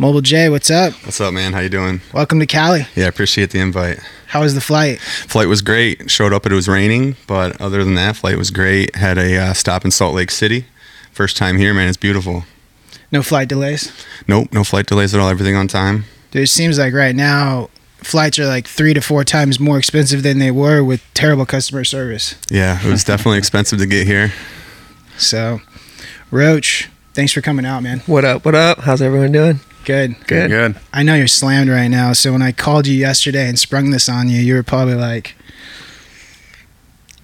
Mobile J, what's up? What's up, man? How you doing? Welcome to Cali. Yeah, I appreciate the invite. How was the flight? Flight was great. Showed up, it was raining, but other than that, flight was great. Had a uh, stop in Salt Lake City. First time here, man. It's beautiful. No flight delays? Nope, no flight delays at all. Everything on time. Dude, it seems like right now flights are like three to four times more expensive than they were with terrible customer service. Yeah, it was definitely expensive to get here. So, Roach, thanks for coming out, man. What up? What up? How's everyone doing? Good. Good. Good. I know you're slammed right now. So, when I called you yesterday and sprung this on you, you were probably like,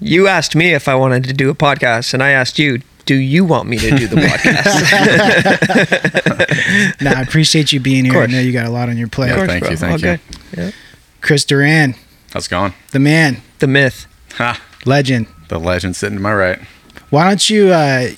You asked me if I wanted to do a podcast, and I asked you, do you want me to do the podcast? nah, I appreciate you being here. I course. know you got a lot on your plate. Yeah, Of course, thank bro. you, thank All you. good. Chris Duran, How's it going? the man, The myth. Ha! legend. The legend sitting to my right. Why don't you, uh,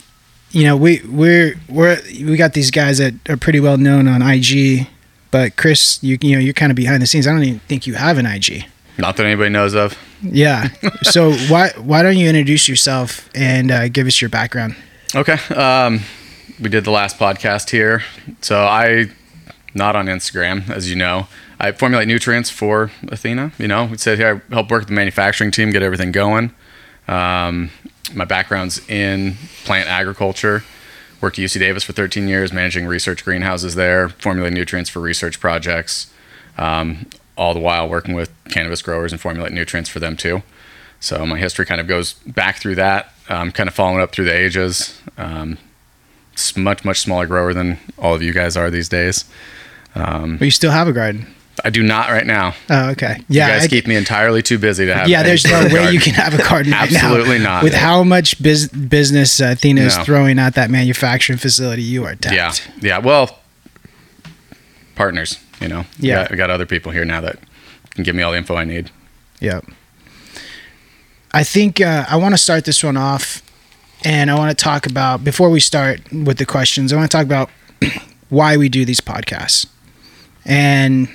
you know, we we're we're we got these guys that are pretty well known on IG, but Chris, you you know, you're kind of behind the scenes. I don't even think you have an IG. Not that anybody knows of. Yeah. So why why don't you introduce yourself and uh, give us your background? Mm-hmm. Okay. Um, we did the last podcast here, so I not on Instagram, as you know. I formulate nutrients for Athena. You know, we sit here, I help work with the manufacturing team, get everything going. Um, my background's in plant agriculture. Worked at UC Davis for 13 years, managing research greenhouses there, formulating nutrients for research projects. Um, all the while working with cannabis growers and formulating nutrients for them too. So my history kind of goes back through that, um, kind of following up through the ages. Um, it's much much smaller grower than all of you guys are these days. But you still have a garden. I do not right now. Oh, okay. Yeah. you guys I- keep me entirely too busy to have. yeah, any there's no sort way of you can garden. have a garden right now. Absolutely not. With how much biz- business uh, Athena is No. throwing at that manufacturing facility, you are tapped. Yeah, yeah. Well, partners, you know. We Yeah. got- we got other people here now that can give me all the info I need. Yep. I think uh, I want to start this one off, and I want to talk about before we start with the questions. I want to talk about why we do these podcasts, and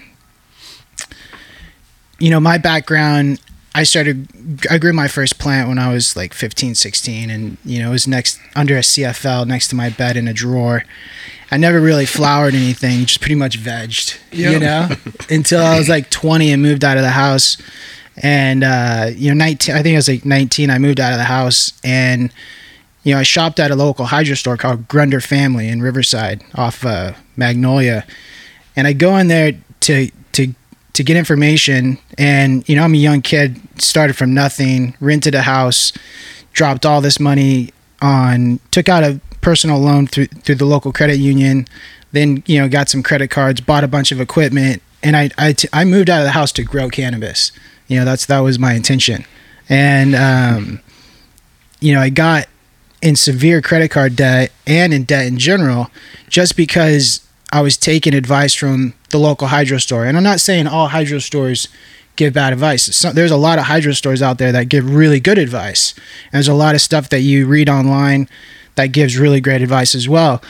you know, my background. I started. I grew my first plant when I was like 15, 16, and you know, it was next under a CFL next to my bed in a drawer. I never really flowered anything; just pretty much vegged, you know, until I was like 20 and moved out of the house and uh, you know, nineteen. I think I was like nineteen. I moved out of the house, and you know, I shopped at a local hydro store called Grunder Family in Riverside, off uh, Magnolia, and I go in there to to to get information. And you know, I'm a young kid, started from nothing, rented a house, dropped all this money on, took out a personal loan through through the local credit union, then you know, got some credit cards, bought a bunch of equipment, and I I, t- I moved out of the house to grow cannabis. You know, that's that was my intention, and um, you know, I got in severe credit card debt and in debt in general just because I was taking advice from the local hydro store. And I'm not saying all hydro stores give bad advice. So, there's a lot of hydro stores out there that give really good advice. And there's a lot of stuff that you read online that gives really great advice as well.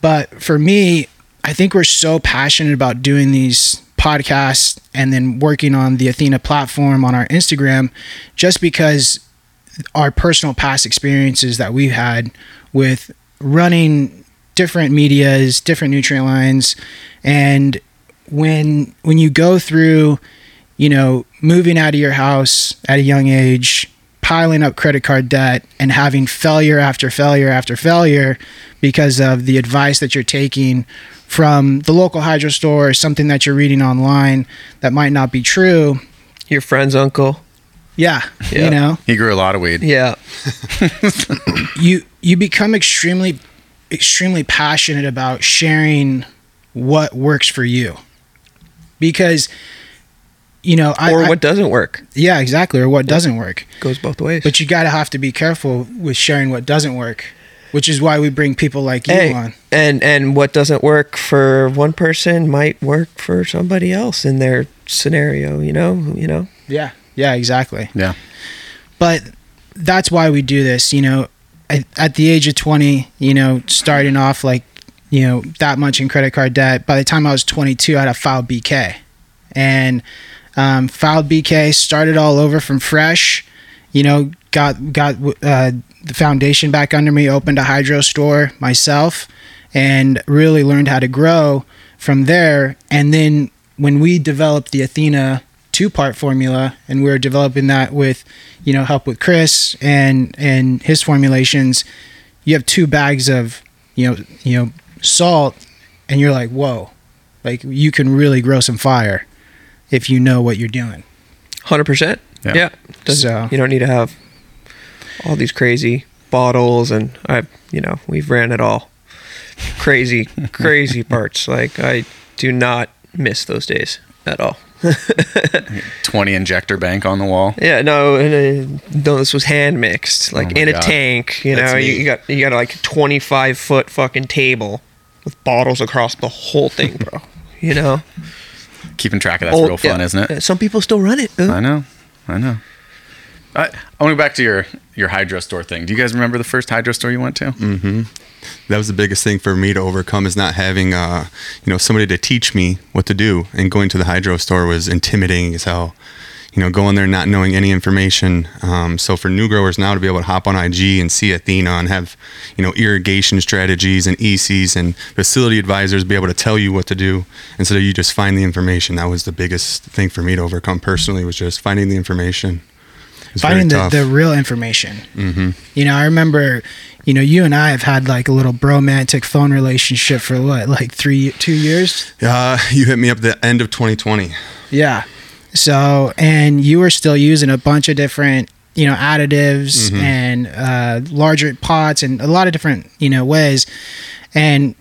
But for me, I think we're so passionate about doing these podcasts and then working on the Athena platform on our Instagram just because our personal past experiences that we've had with running different medias, different nutrient lines, and when when you go through, you know, moving out of your house at a young age, piling up credit card debt and having failure after failure after failure because of the advice that you're taking from the local hydro store or something that you're reading online that might not be true. Your friend's uncle. Yeah, Yeah. you know. He grew a lot of weed. Yeah. you you become extremely extremely passionate about sharing what works for you because you know I, or I- what doesn't work. yeah exactly or what doesn't work Goes both ways. but you gotta have to be careful with sharing what doesn't work which is why we bring people like you hey, on and and what doesn't work for one person might work for somebody else in their scenario, you know, you know. yeah yeah exactly Yeah. but that's why we do this you know at, at the age of 20 you know starting off like you know that much in credit card debt by the time i was 22 i had a filed bk and um, filed bk started all over from fresh you know got got uh, the foundation back under me opened a hydro store myself and really learned how to grow from there. And then when we developed the Athena two part formula and we are developing that with, you know, help with Chris and and his formulations, you have two bags of, you know, you know, salt and you're like, whoa. Like you can really grow some fire if you know what you're doing. Hundred percent. Yeah. Yeah. Doesn't- So- You don't need to have all these crazy bottles, and I, you know, we've ran it all. Crazy, crazy parts. Like I do not miss those days at all. 20 injector bank on the wall. Yeah, no, and, uh, no. This was hand mixed, like Oh my in a God. tank. You That's know, you, neat. you got you got like a twenty five foot fucking table with bottles across the whole thing, bro. you know, Keeping track of that's Old- real fun, yeah. isn't Uh, it? Some people still run it. though. I know. I know. I, I want to go back to your, your hydro store thing. Do you guys remember the first hydro store you went to? that was the biggest thing for me to overcome is not having uh you know somebody to teach me what to do and going to the hydro store was intimidating as hell you know going there not knowing any information um, so for new growers now to be able to hop on ig and see athena and have you know irrigation strategies and ecs and facility advisors be able to tell you what to do instead of you just find the information that was the biggest thing for me to overcome personally was just finding the information It was very finding the, tough. Mm-hmm. the real information. You know, I remember, you know, you and I have had like a little bromantic phone relationship for what, like three, two years? uh, you hit me up the end of 2020 Yeah. So, and you were still using a bunch of different, you know, additives and uh, larger pots and a lot of different, you know, ways. And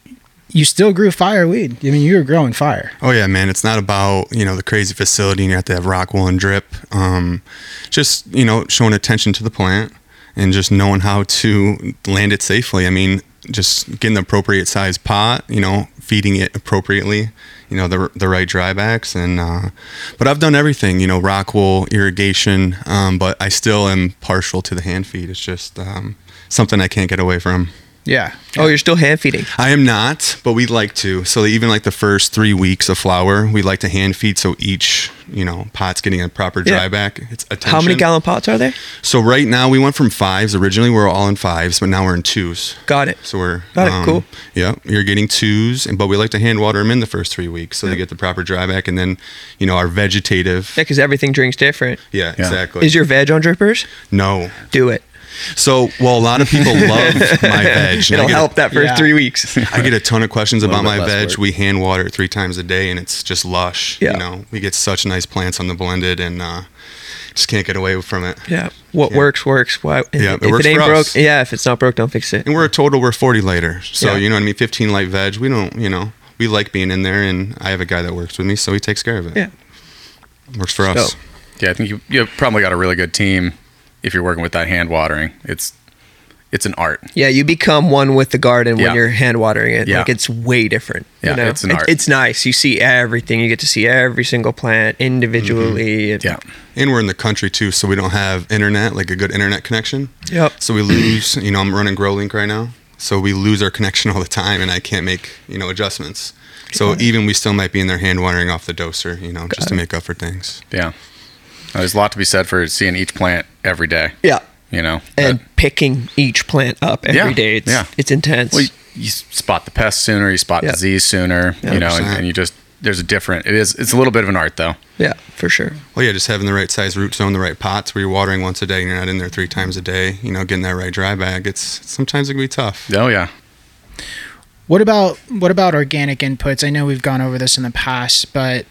you still grew fireweed. I mean, you were growing fire. Oh yeah, man. It's not about, you know, the crazy facility and you have to have rock wool and drip. Um, just, you know, showing attention to the plant and just knowing how to land it safely. I mean, just getting the appropriate size pot, you know, feeding it appropriately, you know, the, the right drybacks. And, uh, but I've done everything, you know, rock wool, irrigation. Um, but I still am partial to the hand feed. It's just, um, something I can't get away from. Yeah. Oh, you're still hand feeding. I am not, but we like to. So that even like the first three weeks of flour, we like to hand feed. So each, you know, pot's getting a proper dry Yeah. back. It's attention. How many gallon pots are there? So right now we went from fives. Originally we were all in fives, but now we're in twos. Got it. So we're um, Got it, cool. Yeah, you're getting twos, and but we like to hand water them in the first three weeks so they get the proper dry back, and then you know our vegetative. Yeah, because everything drinks different. Yeah, exactly. Is your veg on drippers? no? Do it. So well, a lot of people love my veg. and I It'll get a- help that first Yeah. three weeks. I get a ton of questions little about my bit less veg. work. We hand water it three times a day, and it's just lush. Yeah. You know, we get such nice plants on the blended, and uh, just can't get away from it. yeah. What Yeah. works works. Why? If, Yeah, it if it works ain't for broke, us. yeah. If it's not broke, don't fix it. And we're a total. We're forty later, so Yeah. you know what I mean. Fifteen light veg. We don't. You know, we like being in there, and I have a guy that works with me, so he takes care of it. Yeah. Works for us. So- Oh. Yeah, I think you, you probably got a really good team if you're working with that hand watering. It's it's an art. Yeah, you become one with the garden Yeah. when you're hand watering it. Yeah. Like it's way different. Yeah, you know? it's an art. it's nice. You see everything. You get to see every single plant individually. It- Mm-hmm. Yeah. And we're in the country too, so we don't have internet, like a good internet connection. Yep. So we lose, you know, I'm running GrowLink right now. So we lose our connection all the time and I can't make, you know, adjustments. So even we still might be in their hand watering off the doser, you know, just to make up for things. Yeah. Now, There's a lot to be said for seeing each plant every day. Yeah. You know, And picking each plant up Yeah, every day. It's, yeah. it's intense. well, you, you spot the pest sooner, you spot Yeah. disease sooner, you know, and, 100%. and you just, there's a different, it is, it's a little bit of an art though. yeah, for sure. Well, yeah, just having the right size root zone, the right pots where you're watering once a day and you're not in there three times a day, you know, getting that right dry bag. It's sometimes it can be tough. Oh, yeah. What about what about organic inputs? I know we've gone over this in the past, but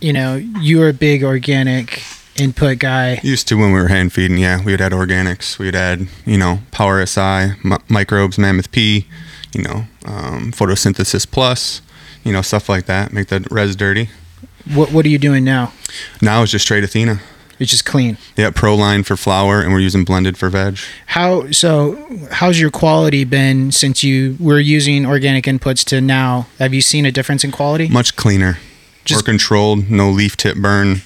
you know, you're a big organic input guy. Used to when we were hand feeding, yeah, we would add organics. We'd add, you know, Power SI, mi- microbes, Mammoth P, you know, um, Photosynthesis Plus, you know, stuff like that. Make the res dirty. What what are you doing now? Now it's just straight Athena. It's just clean. Yeah, Proline for flour, and we're using blended for veg. How so how's your quality been since you were using organic inputs to now? Have you seen a difference in quality? Much cleaner, Just- more controlled. No leaf tip burn.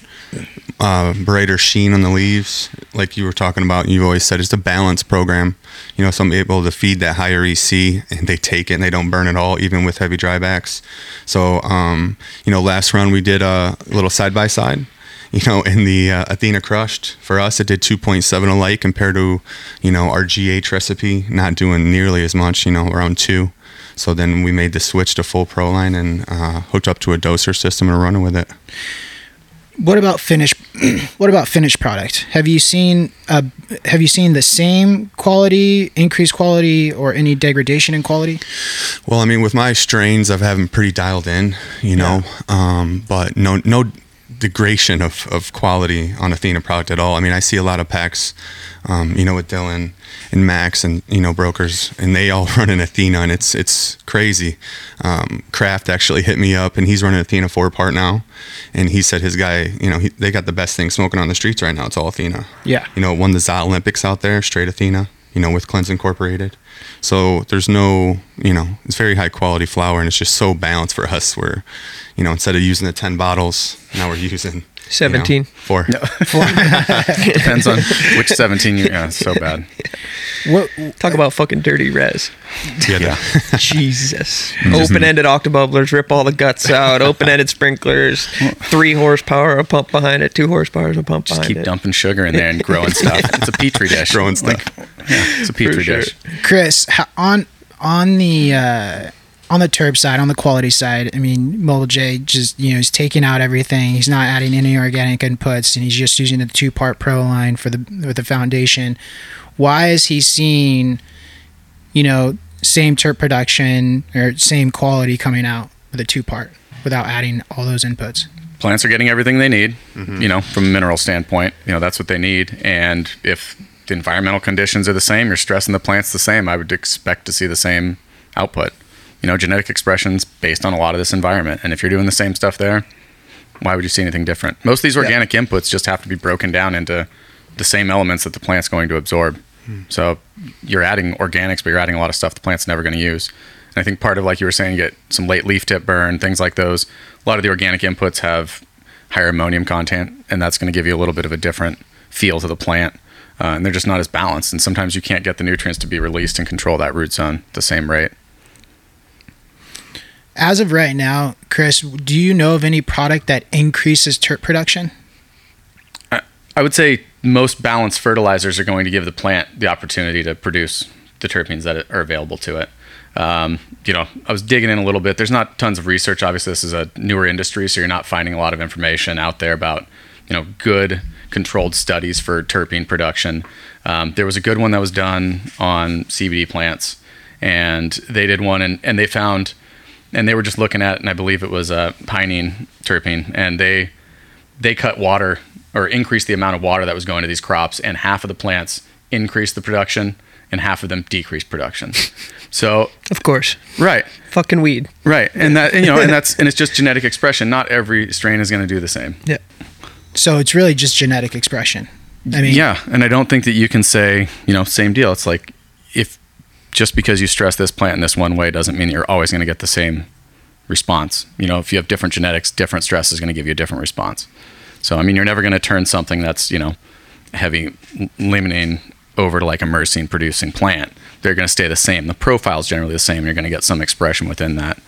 Uh, brighter sheen on the leaves, like you were talking about. You always said it's a balance program. You know, so I'm able to feed that higher EC, and they take it and they don't burn at all, even with heavy drybacks. So, um, you know, last round we did a little side by side. You know, in the uh, Athena crushed for us, it did 2.7 alike compared to, you know, our GH recipe, not doing nearly as much. You know, around two. So then we made the switch to full pro line and uh, hooked up to a doser system and running with it. What about finished? what about finished product? Have you seen uh, Have you seen the same quality, increased quality, or any degradation in quality? Well, I mean, with my strains, I've had them pretty dialed in, you know, um, but no, no degradation of, of quality on Athena product at all. I mean, I see a lot of packs, um, you know, with Dylan and Max and, you know, brokers, and they all run an Athena, and it's, it's crazy. Um, Kraft actually hit me up, and he's running Athena four part now, and he said his guy, you know, he, they got the best thing smoking on the streets right now. It's all Athena. Yeah. You know, it won the Zot Olympics out there, straight Athena, you know, with Cleanse Incorporated. So there's no, you know, it's very high quality flour and it's just so balanced for us. We're, you know, instead of using the 10 bottles, now we're using you know, 17. four. Depends on which 17 you. Yeah, it's so bad. What Talk about fucking dirty res. Yeah. Jesus. Open ended octobubblers, rip all the guts out, open ended sprinklers, three horsepower a pump behind it, two horsepower a pump Just behind keep it. dumping sugar in there and growing stuff. It's a petri dish. Growing stuff. Like, yeah, it's a petri sure. dish. Chris, ho- on on the uh, on the turb side, on the quality side, I mean, Mobile J just you know he's taking out everything. He's not adding any organic inputs, and he's just using the two part pro line for the with the foundation. Why is he seeing, you know, same turp production or same quality coming out with a two part without adding all those inputs? plants are getting everything they need you know from a mineral standpoint you know that's what they need and if the environmental conditions are the same you're stressing the plants the same i would expect to see the same output you know genetic expressions based on a lot of this environment and if you're doing the same stuff there why would you see anything different most of these organic inputs just have to be broken down into the same elements that the plant's going to absorb so you're adding organics but you're adding a lot of stuff the plant's never going to use and I think part of, like you were saying, you get some late leaf tip burn, things like those. A lot of the organic inputs have higher ammonium content, and that's going to give you a little bit of a different feel to the plant. Uh, and they're just not as balanced. And sometimes you can't get the nutrients to be released and control that root zone at the same rate. As of right now, Chris, do you know of any product that increases turp production? I would say most balanced fertilizers are going to give the plant the opportunity to produce the terpenes that are available to it. Um, you know, I was digging in a little bit. There's not tons of research. Obviously, this is a newer industry, so you're not finding a lot of information out there about, you know, good controlled studies for terpene production. Um, there was a good one that was done on CBD plants, and they did one, and, and they found, and they were just looking at, and I believe it was uh, pinene terpene, and they they cut water or increased the amount of water that was going to these crops, and half of the plants increased the production and half of them decreased production. So, Of course. right, Fucking weed. right, and that and, you know, and that's and it's just genetic expression. Not every strain is going to do the same. Yeah. So it's really just genetic expression. I mean, Yeah, and I don't think that you can say you know same deal. It's like if just because you stress this plant in this one way doesn't mean you're always going to get the same response. You know, if you have different genetics, different stress is going to give you a different response. So I mean, you're never going to turn something that's you know heavy l- limonene over to like a myrcene producing plant. They're going to stay the same. The profile is generally the same. You're going to get some expression within that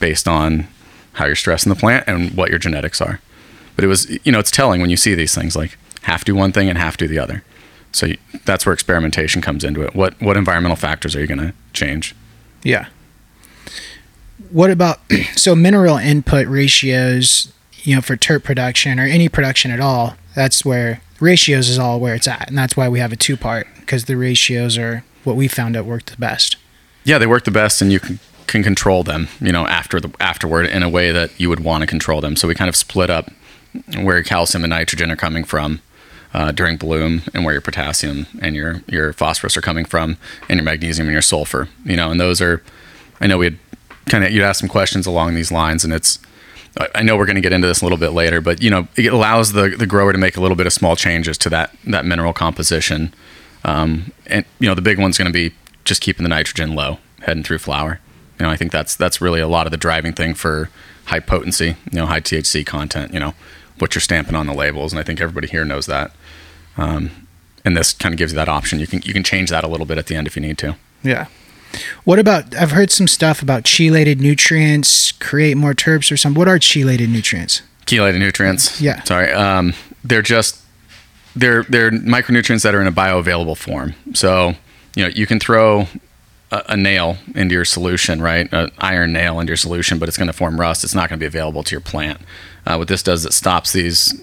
based on how you're stressing the plant and what your genetics are. But it was you know it's telling when you see these things like half do one thing and half do the other. So you, that's where experimentation comes into it. What what environmental factors are you going to change? Yeah. what about so mineral input ratios you know for turp production or any production at all that's where ratios is all where it's at and that's why we have a two part because the ratios are what we found out worked the best Yeah, they work the best, and you can can control them. You know, after the afterward in a way that you would want to control them. So we kind of split up where calcium and nitrogen are coming from uh, during bloom, and where your potassium and your your phosphorus are coming from, and your magnesium and your sulfur. You know, and those are. I know we had kind of you'd asked some questions along these lines, and it's. I- I know we're going to get into this a little bit later, but you know, it allows the the grower to make a little bit of small changes to that that mineral composition. Um, and you know, the big one's going to be just keeping the nitrogen low, heading through flour. You know, I think that's that's really a lot of the driving thing for high potency, you know, high THC content. You know, what you're stamping on the labels, and I think everybody here knows that. Um, and this kind of gives you that option. You can you can change that a little bit at the end if you need to. Yeah. what about i've heard some stuff about chelated nutrients create more turps or some what are chelated nutrients chelated nutrients. Yeah. Sorry. Um, they're just they're they're micronutrients that are in a bioavailable form. So you know you can throw a, a nail into your solution, right? An iron nail into your solution, but it's going to form rust. It's not going to be available to your plant. Uh, what this does, is it stops these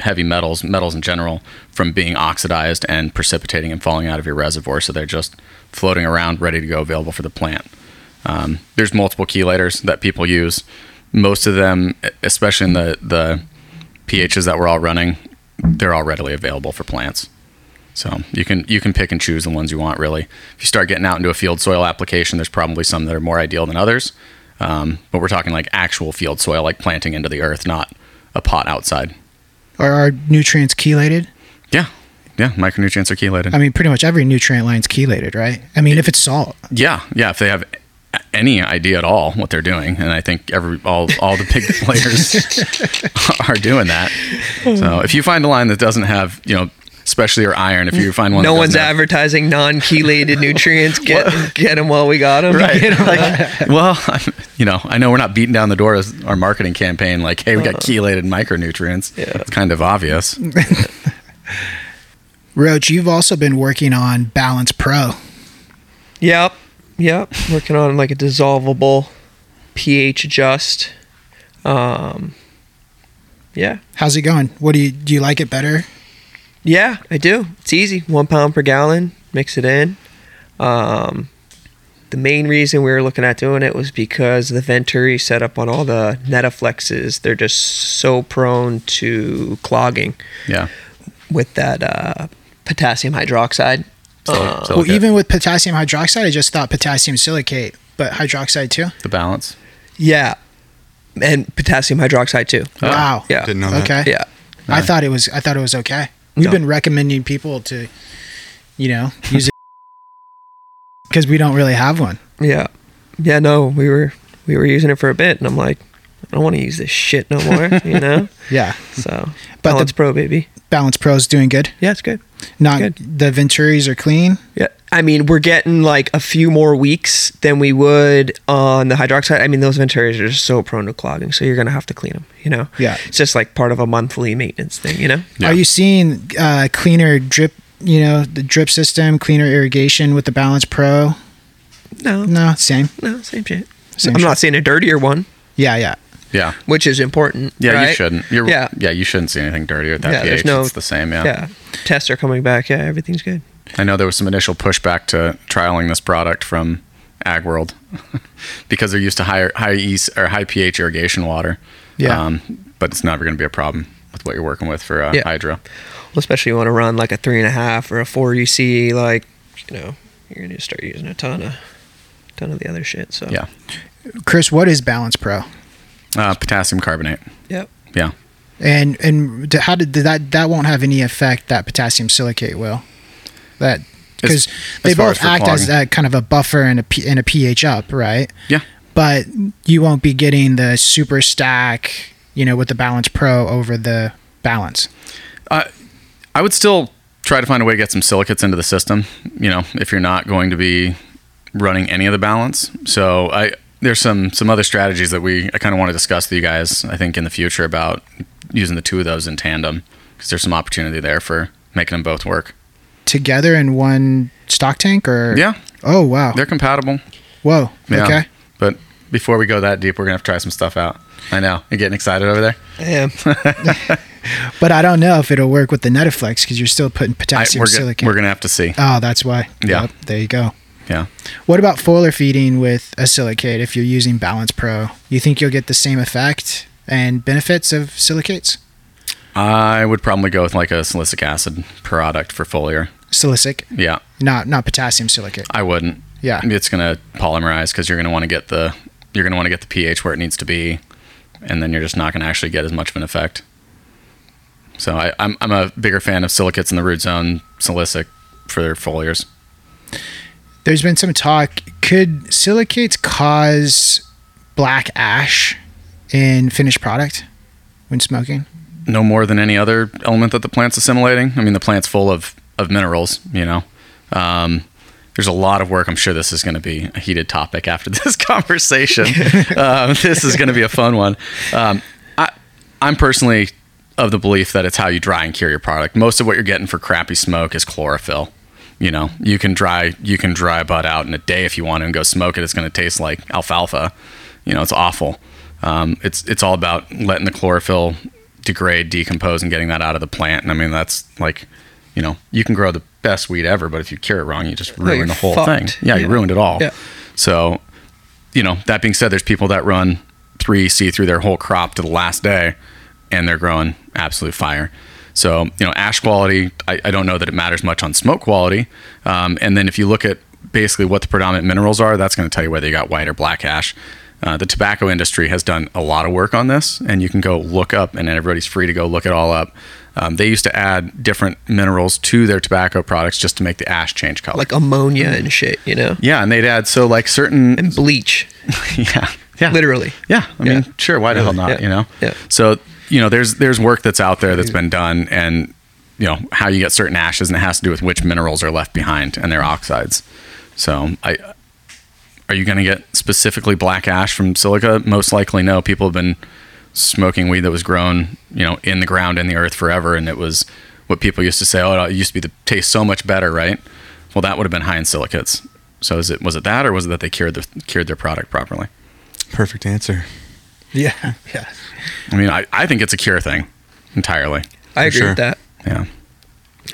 heavy metals, metals in general, from being oxidized and precipitating and falling out of your reservoir. So they're just floating around, ready to go, available for the plant. Um, there's multiple chelators that people use. Most of them, especially in the the pHs that we're all running, they're all readily available for plants. So you can you can pick and choose the ones you want really. If you start getting out into a field soil application, there's probably some that are more ideal than others. Um, but we're talking like actual field soil, like planting into the earth, not a pot outside. Are our nutrients chelated? Yeah, yeah. Micronutrients are chelated. I mean, pretty much every nutrient line's chelated, right? I mean, if it's salt, yeah, yeah. If they have a- any idea at all what they're doing, and I think every all all the big players are doing that. So if you find a line that doesn't have you know, especially your iron, if you find one, No that one's doesn't have- advertising non-chelated nutrients. Get get them while we got them. Right. Like, well, I'm, you know, I know we're not beating down the door as our marketing campaign, like, hey, we got chelated micronutrients. Uh-huh. Yeah. It's kind of obvious. Roach, you've also been working on Balance Pro. Yep. Yep. Working on like a dissolvable pH adjust. Um, yeah. How's it going? What do you do? You like it better? Yeah, I do. It's easy. One pound per gallon. Mix it in. Um, the main reason we were looking at doing it was because the Venturi setup on all the Netaflexes, they're just so prone to clogging Yeah. with that uh, potassium hydroxide. So, Uh, so well, good. even with potassium hydroxide, I just thought potassium silicate, but hydroxide too. the balance. Yeah. And potassium hydroxide too. Oh, wow. Yeah. Didn't know that. Okay. Yeah. I thought it was. I thought it was okay. We've No. been recommending people to, you know, use it because we don't really have one. Yeah. Yeah, no, we were we were using it for a bit and I'm like, I don't want to use this shit no more, you know? Yeah. So But Balance Pro baby. Balance Pro is doing good. Yeah, it's good. Not Good. the Venturis are clean. Yeah. I mean, we're getting like a few more weeks than we would on the hydroxide. I mean, those Venturis are just so prone to clogging, so you're going to have to clean them, you know? Yeah. It's just like part of a monthly maintenance thing, you know? Yeah. Are you seeing uh, cleaner drip? You know, the drip system, cleaner irrigation with the Balance Pro. No. No, No, same. same shit. Same I'm shit. not saying a dirtier one, Yeah, yeah. Yeah. which is important. Yeah, you right? shouldn't. You're, yeah. Yeah. you shouldn't see anything dirty at that Yeah, there's pH. no- it's the same. Yeah. yeah. Tests are coming back. Yeah, everything's good. I know there was some initial pushback to trialing this product from AgWorld because they're used to higher high EC, or high pH irrigation water. Yeah. Um, but it's never going to be a problem with what you're working with for uh, Yeah. hydro. Well, especially you want to run like a three and a half or a four UC, like you know, you're gonna start using a ton of, ton of the other shit. So Yeah. Chris, what is Balance Pro? Uh, potassium carbonate. yep. Yeah. And and d- how did did that that won't have any effect that potassium silicate will that because As- they as far both as for act as clogging. that kind of a buffer and a P, and a pH up right Yeah. but you won't be getting the super stack you know with the balance pro over the balance I would still try to find a way to get some silicates into the system, you know, if you're not going to be running any of the balance. So I there's some some other strategies that we I kind of want to discuss with you guys, I think in the future about using the two of those in tandem because there's some opportunity there for making them both work. together in one stock tank or Yeah, oh wow they're compatible. whoa Yeah. okay But before we go that deep, we're going to have to try some stuff out. I know. You're getting excited over there. Yeah. but I don't know if it'll work with the Netaflex because you're still putting I, potassium we're silicate go- we're going to have to see. oh that's why Yeah. there you go. Yeah. What about foiler feeding with a silicate if you're using Balance Pro? You think you'll get the same effect and benefits of silicates? I would probably go with like a silicic acid product for foliar. Silicic, Yeah. not not potassium silicate. I wouldn't. Yeah. It's gonna polymerize because you're gonna want to get the you're gonna want to get the pH where it needs to be, and then you're just not gonna actually get as much of an effect. So I, I'm I'm a bigger fan of silicates in the root zone, silicic for their foliars. There's been some talk. Could silicates cause black ash in finished product when smoking? No more than any other element that the plant's assimilating. I mean, the plant's full of of minerals. You know. Um, there's a lot of work. I'm sure this is going to be a heated topic after this conversation. um, this is going to be a fun one. Um, I, I'm personally of the belief that it's how you dry and cure your product. Most of what you're getting for crappy smoke is chlorophyll. you know, you can dry you can dry bud out in a day if you want to and go smoke it. It's going to taste like alfalfa. You know, it's awful. Um, it's it's all about letting the chlorophyll degrade, decompose, and getting that out of the plant. And I mean, that's like, you know, you can grow the best weed ever, but if you cure it wrong, you just ruin you're the whole fucked. thing. Yeah, you Yeah. ruined it all. Yeah. So, you know, that being said, there's people that run 3C through their whole crop to the last day and they're growing absolute fire. So, you know, ash quality, I, I don't know that it matters much on smoke quality. Um, and then if you look at basically what the predominant minerals are, that's going to tell you whether you got white or black ash. Uh, the tobacco industry has done a lot of work on this, and you can go look up, and everybody's free to go look it all up. Um, they used to add different minerals to their tobacco products just to make the ash change color. like ammonia and shit, you know, yeah, and they'd add so like certain and bleach, yeah, yeah, literally. yeah, I mean, Yeah. sure. Why the hell not? Yeah. You know. Yeah. So you know, there's there's work that's out there that's been done, and you know how you get certain ashes, and it has to do with which minerals are left behind and their oxides. So I. Are you going to get specifically black ash from silica? Most likely, no. People have been smoking weed that was grown, you know, in the ground in the earth forever, and it was what people used to say. Oh, it used to be the taste so much better, right? Well, that would have been high in silicates. So, is it was it that, or was it that they cured the cured their product properly? Perfect answer. Yeah, yeah. I mean, I, I think it's a cure thing entirely. I For agree sure. with that. Yeah.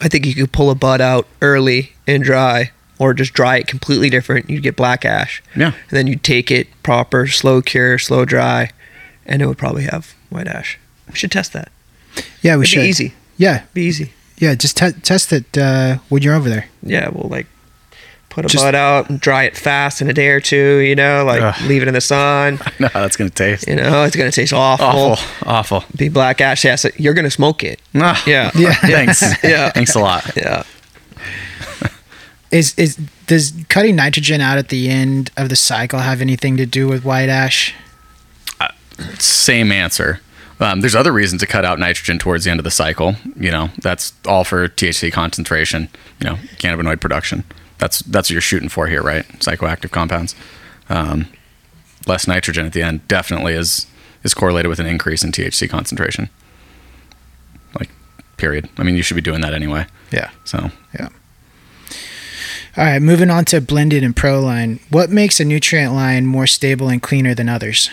I think you could pull a bud out early and dry, or just dry it completely different. You'd get black ash. Yeah. And then you'd take it proper, slow cure, slow dry, and it would probably have white ash. We should test that. Yeah, we It'd should. be easy. Yeah, Be easy. yeah. Just te- test it uh, when you're over there. Yeah, we'll like put a Just- bud out and dry it fast in a day or two, you know, like Ugh. leave it in the sun. No, that's gonna taste You know, it's gonna taste awful. awful, awful. Be black ash acid. You're gonna smoke it. Ah, Yeah. Yeah. Thanks. Yeah. Thanks a lot. Yeah. Is is does cutting nitrogen out at the end of the cycle have anything to do with white ash? Same answer. Um, there's other reasons to cut out nitrogen towards the end of the cycle. You know, that's all for THC concentration. You know, cannabinoid production. That's that's what you're shooting for here, right? Psychoactive compounds. Um, less nitrogen at the end definitely is is correlated with an increase in THC concentration. Like, period. I mean, you should be doing that anyway. Yeah. So All right, moving on to blended and pro line. What makes a nutrient line more stable and cleaner than others?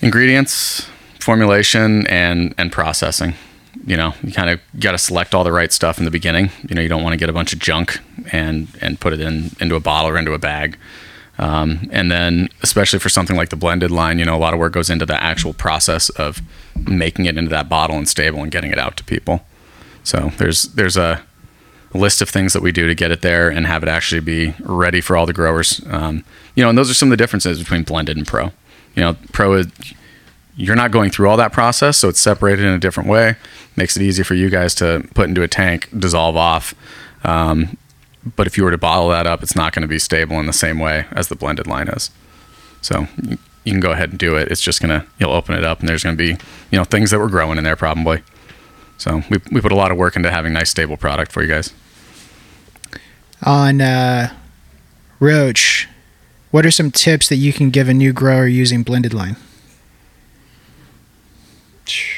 ingredients formulation and and processing you know you kind of got to select all the right stuff in the beginning you know you don't want to get a bunch of junk and and put it in into a bottle or into a bag um, and then especially for something like the blended line you know a lot of work goes into the actual process of making it into that bottle and stable and getting it out to people so there's there's a list of things that we do to get it there and have it actually be ready for all the growers. Um, you know, and those are some of the differences between blended and pro. You know, pro is you're not going through all that process, so it's separated in a different way. Makes it easy for you guys to put into a tank, dissolve off. Um, but if you were to bottle that up, it's not going to be stable in the same way as the blended line is. So you you can go ahead and do it. It's just gonna you'll open it up and there's gonna be you know things that were growing in there probably. So we we put a lot of work into having nice stable product for you guys. On uh, Roach, what are some tips that you can give a new grower using blended line?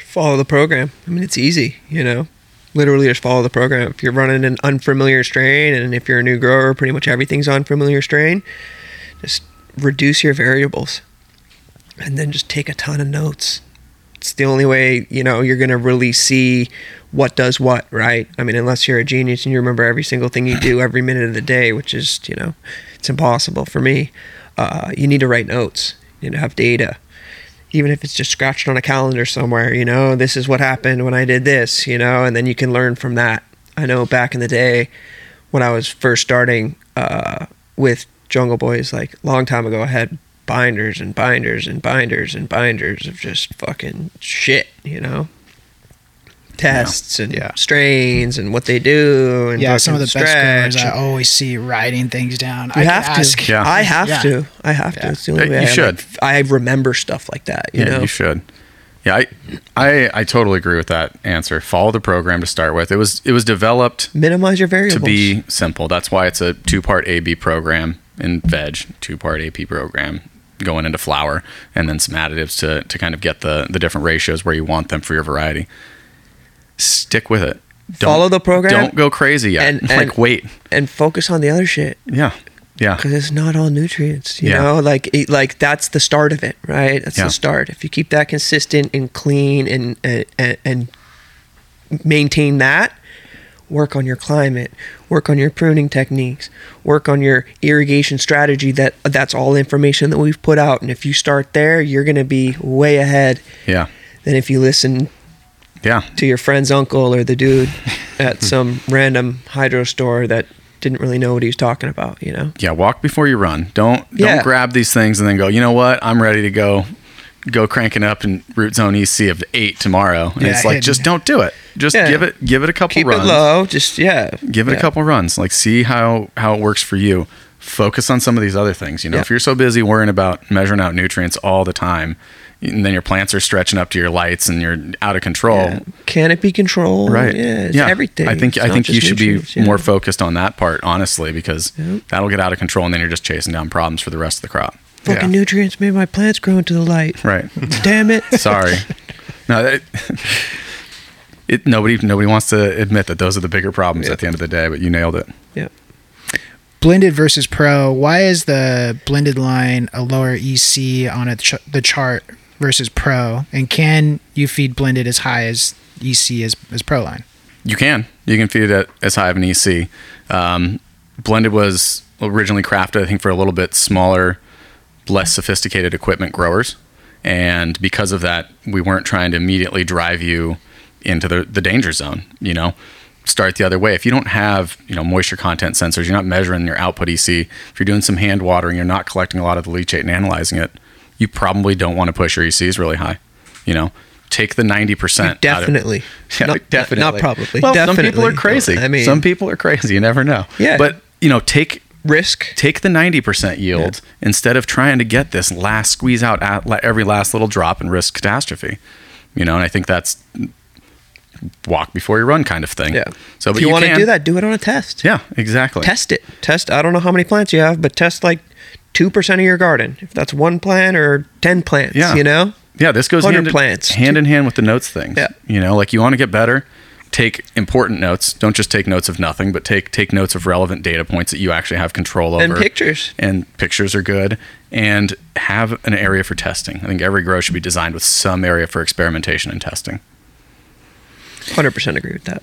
follow the program. I mean, it's easy, you know. Literally, just follow the program. If you're running an unfamiliar strain, and if you're a new grower, pretty much everything's unfamiliar strain. Just reduce your variables, and then just take a ton of notes. It's the only way you know you're gonna really see what does what, right? I mean, unless you're a genius and you remember every single thing you do every minute of the day, which is you know, it's impossible for me. Uh, you need to write notes. You need to have data even if it's just scratched on a calendar somewhere, you know, this is what happened when I did this, you know, and then you can learn from that. I know back in the day when I was first starting uh, with Jungle Boys, like long time ago, I had binders and binders and binders and binders of just fucking shit, you know, tests and Yeah. strains and what they do and Yeah, some of the fucking best growers stretch I and- always see writing things down. you I have could ask- to. Yeah. I have Yeah. to. I have to. It's the only Uh, way you I, like, should. I remember stuff like that. You yeah, know, you should. Yeah, I, I I totally agree with that answer. Follow the program to start with. It was it was developed minimize your variables. to be simple. That's why it's a two part AB program in veg, two part AP program going into flour, and then some additives to, to kind of get the, the different ratios where you want them for your variety. Stick with it. Follow the program. Don't go crazy yet. And- and- like wait. and focus on the other shit Yeah. Yeah. because it's not all nutrients. You Yeah. know, like it, like that's the start of it, right? That's Yeah. the start. If you keep that consistent and clean and and- and and maintain that, work on your climate, work on your pruning techniques, work on your irrigation strategy. That that's all information that we've put out. And if you start there, you're going to be way ahead Yeah. than if you listen Yeah. to your friend's uncle or the dude at some random hydro store that didn't really know what he was talking about, you know? Yeah. Walk before you run. Don't Yeah. don't grab these things and then go, you know what? I'm ready to go go cranking up in root zone EC of eight tomorrow. And Yeah, it's like hidden. just don't do it. Just Yeah. give it give it a couple Keep runs. it low, just yeah. give it yeah. a couple runs like see how how it works for you focus on some of these other things you know Yeah. if you're so busy worrying about measuring out nutrients all the time and then your plants are stretching up to your lights and you're out of control Yeah. Canopy control, right Yeah, it's everything. i think It's i not think you just should be nutrients, yeah. more focused on that part honestly because that'll get out of control and then you're just chasing down problems for the rest of the crop fucking yeah. nutrients made my plants grow into the light. right Damn it! sorry no that, it, nobody nobody wants to admit that those are the bigger problems at the end of the day but you nailed it yeah, blended versus pro why is the blended line a lower ec on a ch- the chart versus pro and can you feed blended as high as ec as, as pro line You can. You can feed it at as high of an EC. Um, blended was originally crafted, I think, for a little bit smaller, less sophisticated equipment growers. And because of that, we weren't trying to immediately drive you into the, the danger zone, you know? Start the other way. If you don't have, you know, moisture content sensors, you're not measuring your output EC. If you're doing some hand watering, you're not collecting a lot of the leachate and analyzing it. You probably don't want to push your ECs really high. You know, take the ninety percent. definitely. Yeah, not, definitely. Not probably. Well, definitely. some people are crazy. I mean, some people are crazy. You never know. Yeah. But you know, take risk. take the ninety percent yield instead of trying to get this last squeeze out at la- every last little drop and risk catastrophe. You know, and I think that's walk before you run kind of thing. Yeah. So, but if you, want to can- do that, do it on a test. yeah, exactly. test it. Test. I don't know how many plants you have, but test like two percent of your garden. If that's one plant or ten plants, Yeah. you know. Yeah, this goes 100 hand in, plants. hand in hand with the notes thing. Yeah. You know, like you want to get better, take important notes. Don't just take notes of nothing, but take take notes of relevant data points that you actually have control over. And pictures. And pictures are good. And have an area for testing. I think every grow should be designed with some area for experimentation and testing. Hundred percent agree with that.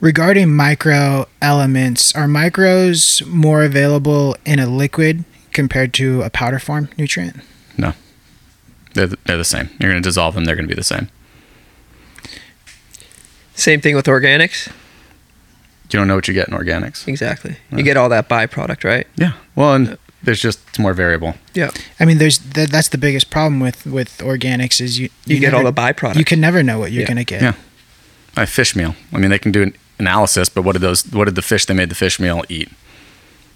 regarding micro elements are micros more available in a liquid compared to a powder form nutrient No. They're the, they're the same. You're going to dissolve them, they're going to be the same. Same thing with organics. You don't know what you get in organics. Exactly. You get all that byproduct, right? Yeah. Well, and there's just it's more variable. Yeah. i mean there's that, that's the biggest problem with with organics is you You, get never- all the byproduct. you can never know what you're Yeah. gonna get Yeah. A fish meal. I mean, they can do an analysis, but what did those? What did the fish they made the fish meal eat?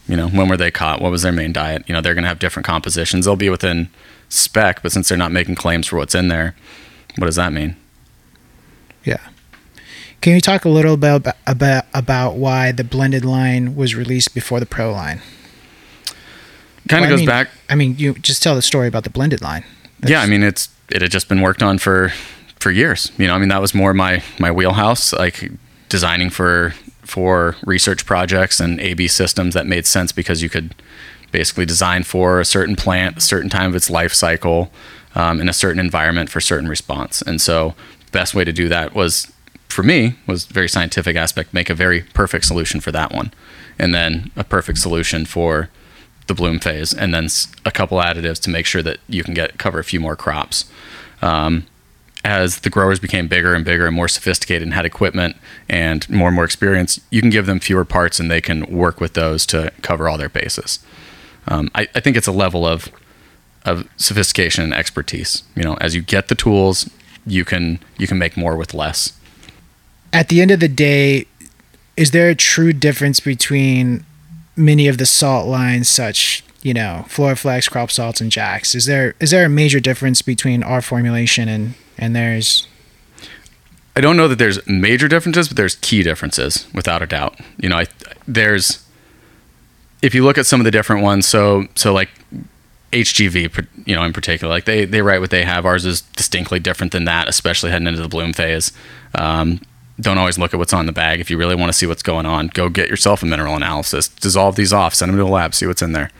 You know, when were they caught? What was their main diet? You know, they're going to have different compositions. They'll be within spec, but since they're not making claims for what's in there, what does that mean? Yeah. Can you talk a little bit ab- about about why the blended line was released before the pro line? Kind Well, of I goes mean- back. I mean, you just tell the story about the blended line. yeah, I mean, it's it had just been worked on for for years. You know, I mean, that was more my my wheelhouse, like designing for for research projects and AB systems that made sense because you could basically design for a certain plant, a certain time of its life cycle, um, in a certain environment for certain response. And so, best way to do that was for me was very scientific aspect. Make a very perfect solution for that one, and then a perfect solution for the bloom phase, and then s- a couple additives to make sure that you can get cover a few more crops. Um, as the growers became bigger and bigger and more sophisticated and had equipment and more and more experience, you can give them fewer parts and they can work with those to cover all their bases. Um, I, I think it's a level of of sophistication and expertise. You know, as you get the tools, you can you can make more with less. at the end of the day, is there a true difference between many of the salt lines, such you know, Floraflex, crop salts, and jacks? Is there is there a major difference between our formulation and and theirs? I don't know that there's major differences, but there's key differences without a doubt. You know, I, there's if you look at some of the different ones, so so like HGV, par- you know, in particular, like they they write what they have. Ours is distinctly different than that, especially heading into the bloom phase. Um, don't always look at what's on the bag. If you really want to see what's going on, go get yourself a mineral analysis. Dissolve these off. Send them to a lab. See what's in there.